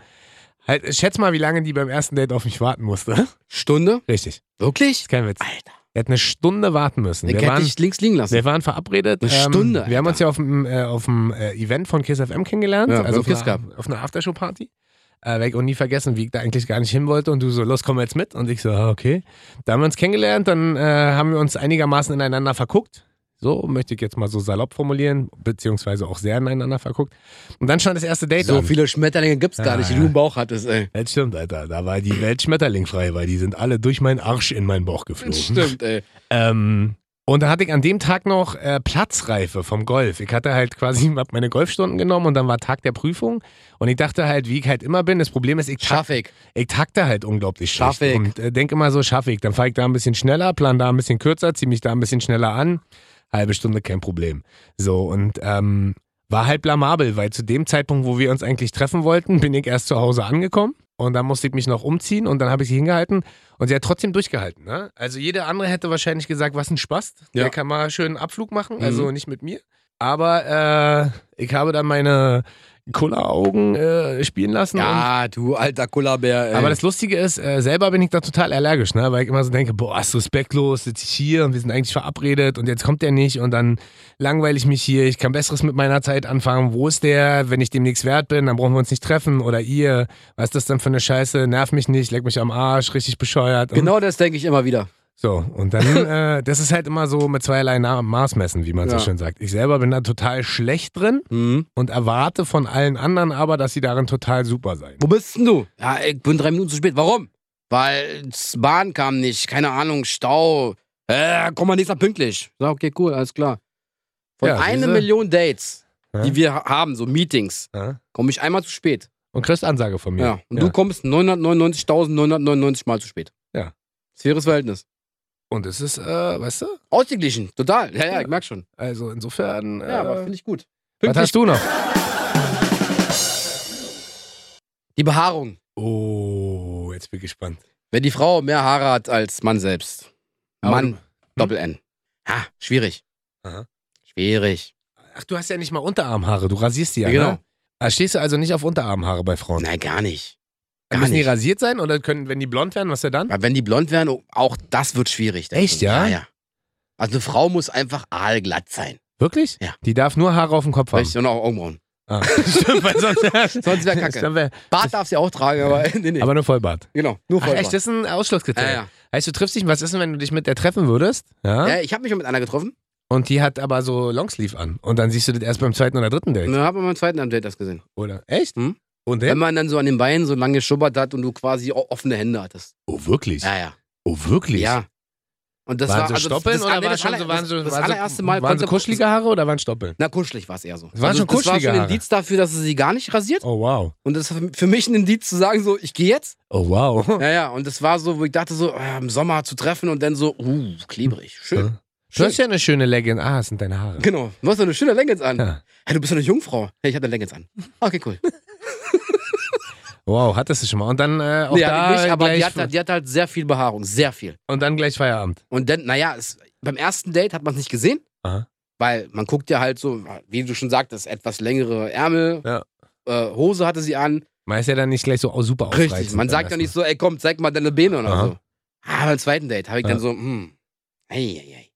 Speaker 2: halt, schätz mal, wie lange die beim ersten Date auf mich warten musste.
Speaker 1: Stunde?
Speaker 2: Richtig,
Speaker 1: Wirklich?
Speaker 2: ist kein Witz.
Speaker 1: Alter.
Speaker 2: Er hat eine Stunde warten müssen.
Speaker 1: Den
Speaker 2: Wir
Speaker 1: hätte
Speaker 2: waren,
Speaker 1: ich links liegen lassen.
Speaker 2: wir waren verabredet. ähm,
Speaker 1: Eine Stunde,
Speaker 2: Wir haben
Speaker 1: Alter.
Speaker 2: uns ja auf dem, äh, auf dem äh, Event von Kiss FM kennengelernt.
Speaker 1: Ja, beim
Speaker 2: also auf
Speaker 1: Kiss
Speaker 2: einer, auf einer Aftershow-Party. Äh, weg und nie vergessen, wie ich da eigentlich gar nicht hin wollte. Und du so, los, komm jetzt mit. Und ich so, ah, okay. Da haben wir uns kennengelernt, dann äh, haben wir uns einigermaßen ineinander verguckt. So möchte ich jetzt mal so salopp formulieren, beziehungsweise auch sehr ineinander verguckt. Und dann stand das erste Date
Speaker 1: So
Speaker 2: an.
Speaker 1: viele Schmetterlinge gibt's gar
Speaker 2: Ja,
Speaker 1: nicht, die
Speaker 2: ja.
Speaker 1: du im Bauch hattest, ey.
Speaker 2: Das stimmt, Alter. Da war die Welt schmetterlingfrei, weil die sind alle durch meinen Arsch in meinen Bauch geflogen.
Speaker 1: Stimmt, ey.
Speaker 2: Ähm, und da hatte ich an dem Tag noch äh, Platzreife vom Golf. Ich hatte halt quasi hab meine Golfstunden genommen und dann war Tag der Prüfung. Und ich dachte halt, wie ich halt immer bin, das Problem ist, ich, tak,
Speaker 1: Schaffig.
Speaker 2: ich takte halt unglaublich
Speaker 1: Schaff ich.
Speaker 2: schlecht. Und äh, denke immer so, schaffe ich. Dann fahre ich da ein bisschen schneller, plan da ein bisschen kürzer, ziehe mich da ein bisschen schneller an. Halbe Stunde, kein Problem. So, und ähm, war halt blamabel, weil zu dem Zeitpunkt, wo wir uns eigentlich treffen wollten, bin ich erst zu Hause angekommen. Und dann musste ich mich noch umziehen und dann habe ich sie hingehalten. Und sie hat trotzdem durchgehalten. Ne? Also jeder andere hätte wahrscheinlich gesagt, was ein Spaß.
Speaker 1: Ja.
Speaker 2: Der kann mal schön einen Abflug machen,
Speaker 1: Mhm.
Speaker 2: also nicht mit mir. Aber äh, ich habe dann meine Cola-Augen äh, spielen lassen. Und,
Speaker 1: Ja, du alter Kullabär, ey.
Speaker 2: aber das Lustige ist, äh, selber bin ich da total allergisch, ne? weil ich immer so denke, boah, ist respektlos, sitze ich hier und wir sind eigentlich verabredet und jetzt kommt der nicht und dann langweile ich mich hier, ich kann Besseres mit meiner Zeit anfangen, wo ist der, wenn ich dem nichts wert bin, dann brauchen wir uns nicht treffen oder ihr, was ist das denn für eine Scheiße, nerv mich nicht, leck mich am Arsch, richtig bescheuert. Und
Speaker 1: genau das denke ich immer wieder.
Speaker 2: so, und dann, äh, das ist halt immer so mit zweierlei Na- Maß messen, wie man
Speaker 1: Ja.
Speaker 2: so schön sagt. Ich selber bin da total schlecht drin
Speaker 1: Hm.
Speaker 2: und erwarte von allen anderen aber, dass sie darin total super sein.
Speaker 1: Wo bist denn du? Ja, ich bin drei Minuten zu spät. Warum? Weil s- Bahn kam nicht, keine Ahnung, Stau. Äh, komm mal nächstes Mal pünktlich. Sag, okay, cool, alles klar. Von
Speaker 2: Ja,
Speaker 1: einer
Speaker 2: siehste.
Speaker 1: Million Dates,
Speaker 2: Ja.
Speaker 1: die wir ha- haben, so Meetings,
Speaker 2: Ja?
Speaker 1: komme ich einmal zu spät.
Speaker 2: Und kriegst Ansage von mir.
Speaker 1: Ja. Und du kommst 999.999 Mal zu spät.
Speaker 2: Ja.
Speaker 1: Faires Verhältnis.
Speaker 2: Und es ist, äh, weißt du,
Speaker 1: Ausgeglichen, total. Ja, ja, ich merk schon.
Speaker 2: also insofern. Äh,
Speaker 1: Ja, aber finde ich gut.
Speaker 2: was hast du noch?
Speaker 1: Die Behaarung.
Speaker 2: Oh, jetzt bin ich gespannt.
Speaker 1: Wenn die Frau mehr Haare hat als Mann selbst.
Speaker 2: Aber hm?
Speaker 1: Mann, Doppel N. Ha, schwierig.
Speaker 2: Aha.
Speaker 1: Schwierig.
Speaker 2: Du, ach, du hast ja nicht mal Unterarmhaare, du rasierst die ja.
Speaker 1: Ja, genau.
Speaker 2: Ne? Ah, Stehst du also nicht auf Unterarmhaare bei Frauen?
Speaker 1: Nein, gar nicht. Gar
Speaker 2: Müssen
Speaker 1: nicht.
Speaker 2: die rasiert sein oder können, wenn die blond werden, was denn dann?
Speaker 1: Weil wenn die blond wären, oh, auch das wird schwierig. denke
Speaker 2: Echt,
Speaker 1: ich.
Speaker 2: ja?
Speaker 1: Ja, ja. Also eine Frau muss einfach aalglatt sein.
Speaker 2: Wirklich?
Speaker 1: Ja.
Speaker 2: Die darf nur Haare auf dem Kopf haben.
Speaker 1: Vielleicht und auch Augenbrauen.
Speaker 2: Ah, stimmt, weil sonst,
Speaker 1: Sonst wäre Kacke.
Speaker 2: Dann wär-
Speaker 1: Bart darf sie auch tragen, aber nee, nee.
Speaker 2: Aber nur Vollbart.
Speaker 1: genau, nur
Speaker 2: Ach,
Speaker 1: Vollbart.
Speaker 2: echt, das ist ein Ausschlusskriterium.
Speaker 1: ja, ja.
Speaker 2: Heißt, du triffst dich, und was ist denn, wenn du dich mit der treffen würdest? Ja.
Speaker 1: Ja, ich habe mich schon mit einer getroffen.
Speaker 2: Und die hat aber so Longsleeve an. Und dann siehst du das erst beim zweiten oder dritten Date.
Speaker 1: Und dann haben wir beim zweiten Update das gesehen.
Speaker 2: Oder? Echt?
Speaker 1: Hm?
Speaker 2: Und
Speaker 1: Wenn
Speaker 2: der?
Speaker 1: man dann so an den Beinen so lange geschubbert hat und du quasi o- offene Hände hattest.
Speaker 2: Oh, wirklich?
Speaker 1: Ja, ja.
Speaker 2: Oh, wirklich?
Speaker 1: Ja. Und das
Speaker 2: waren
Speaker 1: war
Speaker 2: so
Speaker 1: also das,
Speaker 2: Stoppeln
Speaker 1: das,
Speaker 2: oder
Speaker 1: ah, nee,
Speaker 2: war
Speaker 1: das
Speaker 2: schon
Speaker 1: aller-
Speaker 2: so, waren so,
Speaker 1: das, das
Speaker 2: waren so,
Speaker 1: allererste Mal
Speaker 2: waren so
Speaker 1: konnte-
Speaker 2: kuschelige Haare oder waren Stoppeln?
Speaker 1: Na, kuschelig war es eher so. Also
Speaker 2: Es waren schon
Speaker 1: das war
Speaker 2: kuschelige
Speaker 1: schon ein
Speaker 2: Haare.
Speaker 1: Indiz dafür, dass es sie gar nicht rasiert.
Speaker 2: Oh, wow.
Speaker 1: Und das war für- für mich ein Indiz zu sagen, so, ich gehe jetzt.
Speaker 2: Oh, wow.
Speaker 1: Ja, ja. Und das war so, wo ich dachte, so, äh, im Sommer zu treffen und dann so, uh, klebrig. Schön.
Speaker 2: Ja. Du hast ja eine schöne Legging. Ah, es sind deine Haare.
Speaker 1: Genau. Du hast doch eine schöne Leggings an.
Speaker 2: Ja.
Speaker 1: Hey, du bist doch eine Jungfrau. Hey, ich hatte Leggings an. Okay, cool.
Speaker 2: Wow, hattest du schon mal. Und dann äh, auch
Speaker 1: nee,
Speaker 2: da
Speaker 1: hatte ich nicht, aber
Speaker 2: gleich,
Speaker 1: die hat, halt- die hat halt sehr viel Behaarung. Sehr viel.
Speaker 2: und dann gleich Feierabend.
Speaker 1: Und dann, naja, es, beim ersten Date hat man es nicht gesehen.
Speaker 2: Aha.
Speaker 1: Weil man guckt ja halt so, wie du schon sagtest, etwas längere Ärmel.
Speaker 2: Ja.
Speaker 1: Äh, Hose hatte sie an.
Speaker 2: Man ist ja dann nicht gleich so au- super
Speaker 1: Richtig.
Speaker 2: aufreizend ne?
Speaker 1: Man
Speaker 2: beim
Speaker 1: sagt ja
Speaker 2: ersten
Speaker 1: nicht so, ey, komm, zeig mal deine Beine oder
Speaker 2: Aha.
Speaker 1: so. Ah, beim zweiten Date habe ich
Speaker 2: Ja.
Speaker 1: dann so, hm, ei, ei, ei.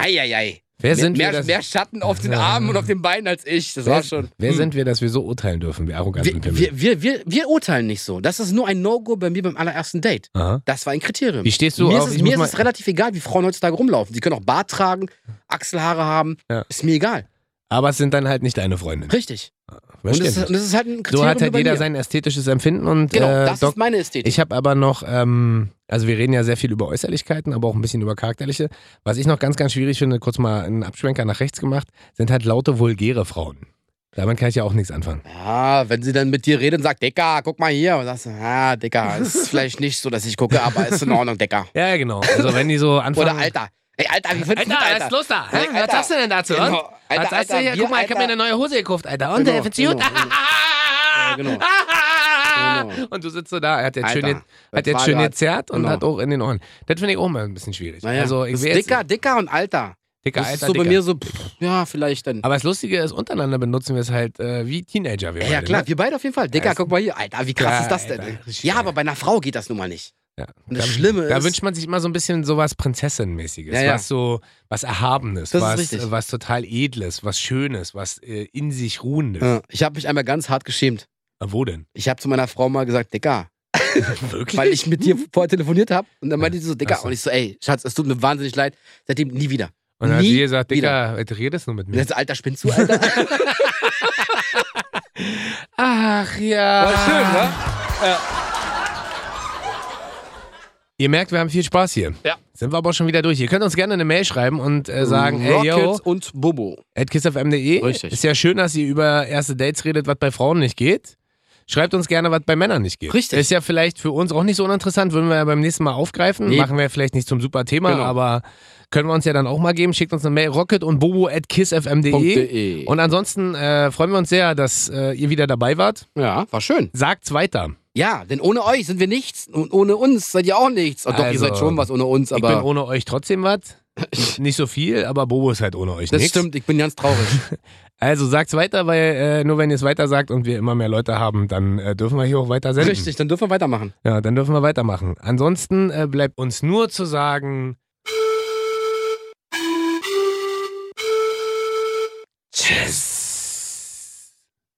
Speaker 1: Ei, ei, ei.
Speaker 2: Wer sind
Speaker 1: mehr,
Speaker 2: wir, dass,
Speaker 1: mehr Schatten auf den
Speaker 2: Ja.
Speaker 1: Armen und auf den Beinen als ich. Das war
Speaker 2: wer,
Speaker 1: schon.
Speaker 2: wer
Speaker 1: hm.
Speaker 2: sind wir, dass wir so urteilen dürfen, wir arroganten
Speaker 1: wir,
Speaker 2: Pimmel?
Speaker 1: wir, wir, wir, wir urteilen nicht so. Das ist nur ein No-Go bei mir beim allerersten Date.
Speaker 2: Aha.
Speaker 1: Das war ein Kriterium.
Speaker 2: Wie stehst du
Speaker 1: mir
Speaker 2: auf?
Speaker 1: ist,
Speaker 2: äh, ich
Speaker 1: es, mir ist
Speaker 2: muss
Speaker 1: es
Speaker 2: mal,
Speaker 1: relativ egal, wie Frauen heutzutage rumlaufen. Die können auch Bart tragen, Achselhaare haben.
Speaker 2: Ja.
Speaker 1: Ist mir egal.
Speaker 2: aber es sind dann halt nicht deine Freundin.
Speaker 1: Richtig. Und das,
Speaker 2: Verständlich.
Speaker 1: ist, und das ist halt ein Kriterium.
Speaker 2: so hat halt
Speaker 1: bei
Speaker 2: jeder
Speaker 1: mir.
Speaker 2: sein ästhetisches Empfinden und
Speaker 1: Genau,
Speaker 2: äh,
Speaker 1: das
Speaker 2: Doc,
Speaker 1: ist meine Ästhetik.
Speaker 2: ich habe aber noch ähm, Also wir reden ja sehr viel über Äußerlichkeiten, aber auch ein bisschen über charakterliche. Was ich noch ganz, ganz schwierig finde, kurz mal einen Abschwenker nach rechts gemacht, sind halt laute, vulgäre Frauen. Damit kann ich ja auch nichts anfangen.
Speaker 1: Ja, wenn sie dann mit dir redet und sagt, Dicker, guck mal hier. Und sagst du, ja, Dicker, ist vielleicht nicht so, dass ich gucke, aber ist in Ordnung, Dicker.
Speaker 2: Ja, genau. Also wenn die so anfangen...
Speaker 1: Oder Alter. Ey, Alter, wie findest du
Speaker 2: Alter,
Speaker 1: das,
Speaker 2: was ist los da? Hä?
Speaker 1: Alter.
Speaker 2: Was hast du denn dazu? Und?
Speaker 1: Genau. Alter,
Speaker 2: was hast du
Speaker 1: Alter,
Speaker 2: hier?
Speaker 1: Bier,
Speaker 2: Guck mal, ich habe mir
Speaker 1: Alter.
Speaker 2: eine neue Hose gekauft, Alter. Und,
Speaker 1: Genau,
Speaker 2: äh, findest du gut?
Speaker 1: genau, genau. Ja, genau.
Speaker 2: Ah!
Speaker 1: Genau.
Speaker 2: Und du sitzt so da, er hat jetzt
Speaker 1: Alter,
Speaker 2: schön, ge-
Speaker 1: das
Speaker 2: hat jetzt
Speaker 1: war
Speaker 2: schön
Speaker 1: grad-
Speaker 2: gezerrt und
Speaker 1: genau.
Speaker 2: hat auch in den Ohren. Das finde ich auch mal ein bisschen schwierig.
Speaker 1: Naja,
Speaker 2: also, ich
Speaker 1: das
Speaker 2: will
Speaker 1: ist
Speaker 2: jetzt,
Speaker 1: dicker, dicker und alter.
Speaker 2: dicker,
Speaker 1: das ist
Speaker 2: alter,
Speaker 1: so
Speaker 2: dicker.
Speaker 1: bei mir so, pff, ja, vielleicht dann.
Speaker 2: Aber das Lustige ist, untereinander benutzen wir es halt äh, wie Teenager. Wir
Speaker 1: Ja, ja,
Speaker 2: beide,
Speaker 1: klar,
Speaker 2: Ne?
Speaker 1: wir beide auf jeden Fall. Dicker,
Speaker 2: Ja, ist-
Speaker 1: guck mal hier. Alter, wie krass
Speaker 2: Ja,
Speaker 1: ist das denn?
Speaker 2: Alter, richtig
Speaker 1: ja,
Speaker 2: geil.
Speaker 1: aber bei einer Frau geht das nun mal nicht.
Speaker 2: Ja.
Speaker 1: Und das
Speaker 2: Da-
Speaker 1: Schlimme
Speaker 2: Da
Speaker 1: ist-
Speaker 2: wünscht man sich immer so ein bisschen sowas Prinzessin-mäßiges,
Speaker 1: Ja, ja.
Speaker 2: was so, was Erhabenes,
Speaker 1: Das ist
Speaker 2: was,
Speaker 1: richtig.
Speaker 2: äh, was total Edles, was Schönes, was äh, in sich Ruhendes.
Speaker 1: Ja, ich habe mich einmal ganz hart geschämt.
Speaker 2: Äh, Wo denn?
Speaker 1: Ich habe zu meiner Frau mal gesagt, Dicker,
Speaker 2: Wirklich?
Speaker 1: weil ich mit dir vorher telefoniert habe. Und dann meinte sie so, Dicker.
Speaker 2: Ach so.
Speaker 1: Und ich so, ey, Schatz, es tut mir wahnsinnig leid. Seitdem nie wieder.
Speaker 2: Und dann hat
Speaker 1: nie
Speaker 2: sie gesagt, Digga, was redest du mit
Speaker 1: Und
Speaker 2: mir?
Speaker 1: jetzt, Alter, spinnst du, Alter?
Speaker 2: Ach ja.
Speaker 1: ne?
Speaker 2: Ihr merkt, wir haben viel Spaß hier.
Speaker 1: Ja.
Speaker 2: Sind wir aber auch schon wieder durch. Ihr könnt uns gerne eine Mail schreiben und äh, sagen, ey, yo,
Speaker 1: Rocket und Bobo.
Speaker 2: at kissfm.de.
Speaker 1: Richtig.
Speaker 2: Ist ja schön, dass ihr über erste Dates redet, was bei Frauen nicht geht. Schreibt uns gerne, was bei Männern nicht geht.
Speaker 1: Richtig.
Speaker 2: Ist ja vielleicht für uns auch nicht so uninteressant, würden wir ja beim nächsten Mal aufgreifen.
Speaker 1: Nee.
Speaker 2: Machen wir vielleicht nicht zum super Thema,
Speaker 1: Genau.
Speaker 2: aber können wir uns ja dann auch mal geben. Schickt uns eine Mail, rocket und bobo at
Speaker 1: E.
Speaker 2: kissfm.de.
Speaker 1: .de.
Speaker 2: Und ansonsten äh, freuen wir uns sehr, dass äh, ihr wieder dabei wart.
Speaker 1: Ja, war schön.
Speaker 2: Sagt's weiter.
Speaker 1: Ja, denn ohne euch sind wir nichts. Und ohne uns seid ihr auch nichts. Und doch, ihr
Speaker 2: Also,
Speaker 1: seid schon was ohne uns,
Speaker 2: ich bin
Speaker 1: aber.
Speaker 2: ohne euch trotzdem was. Nicht so viel, aber Bobo ist halt ohne euch
Speaker 1: Das
Speaker 2: nichts.
Speaker 1: stimmt, ich bin ganz traurig.
Speaker 2: Also sagt's weiter, weil äh, nur wenn ihr es weiter sagt und wir immer mehr Leute haben, dann äh, dürfen wir hier auch weiter senden.
Speaker 1: Richtig, dann dürfen wir weitermachen.
Speaker 2: Ja, dann dürfen wir weitermachen. Ansonsten äh, bleibt uns nur zu sagen, tschüss.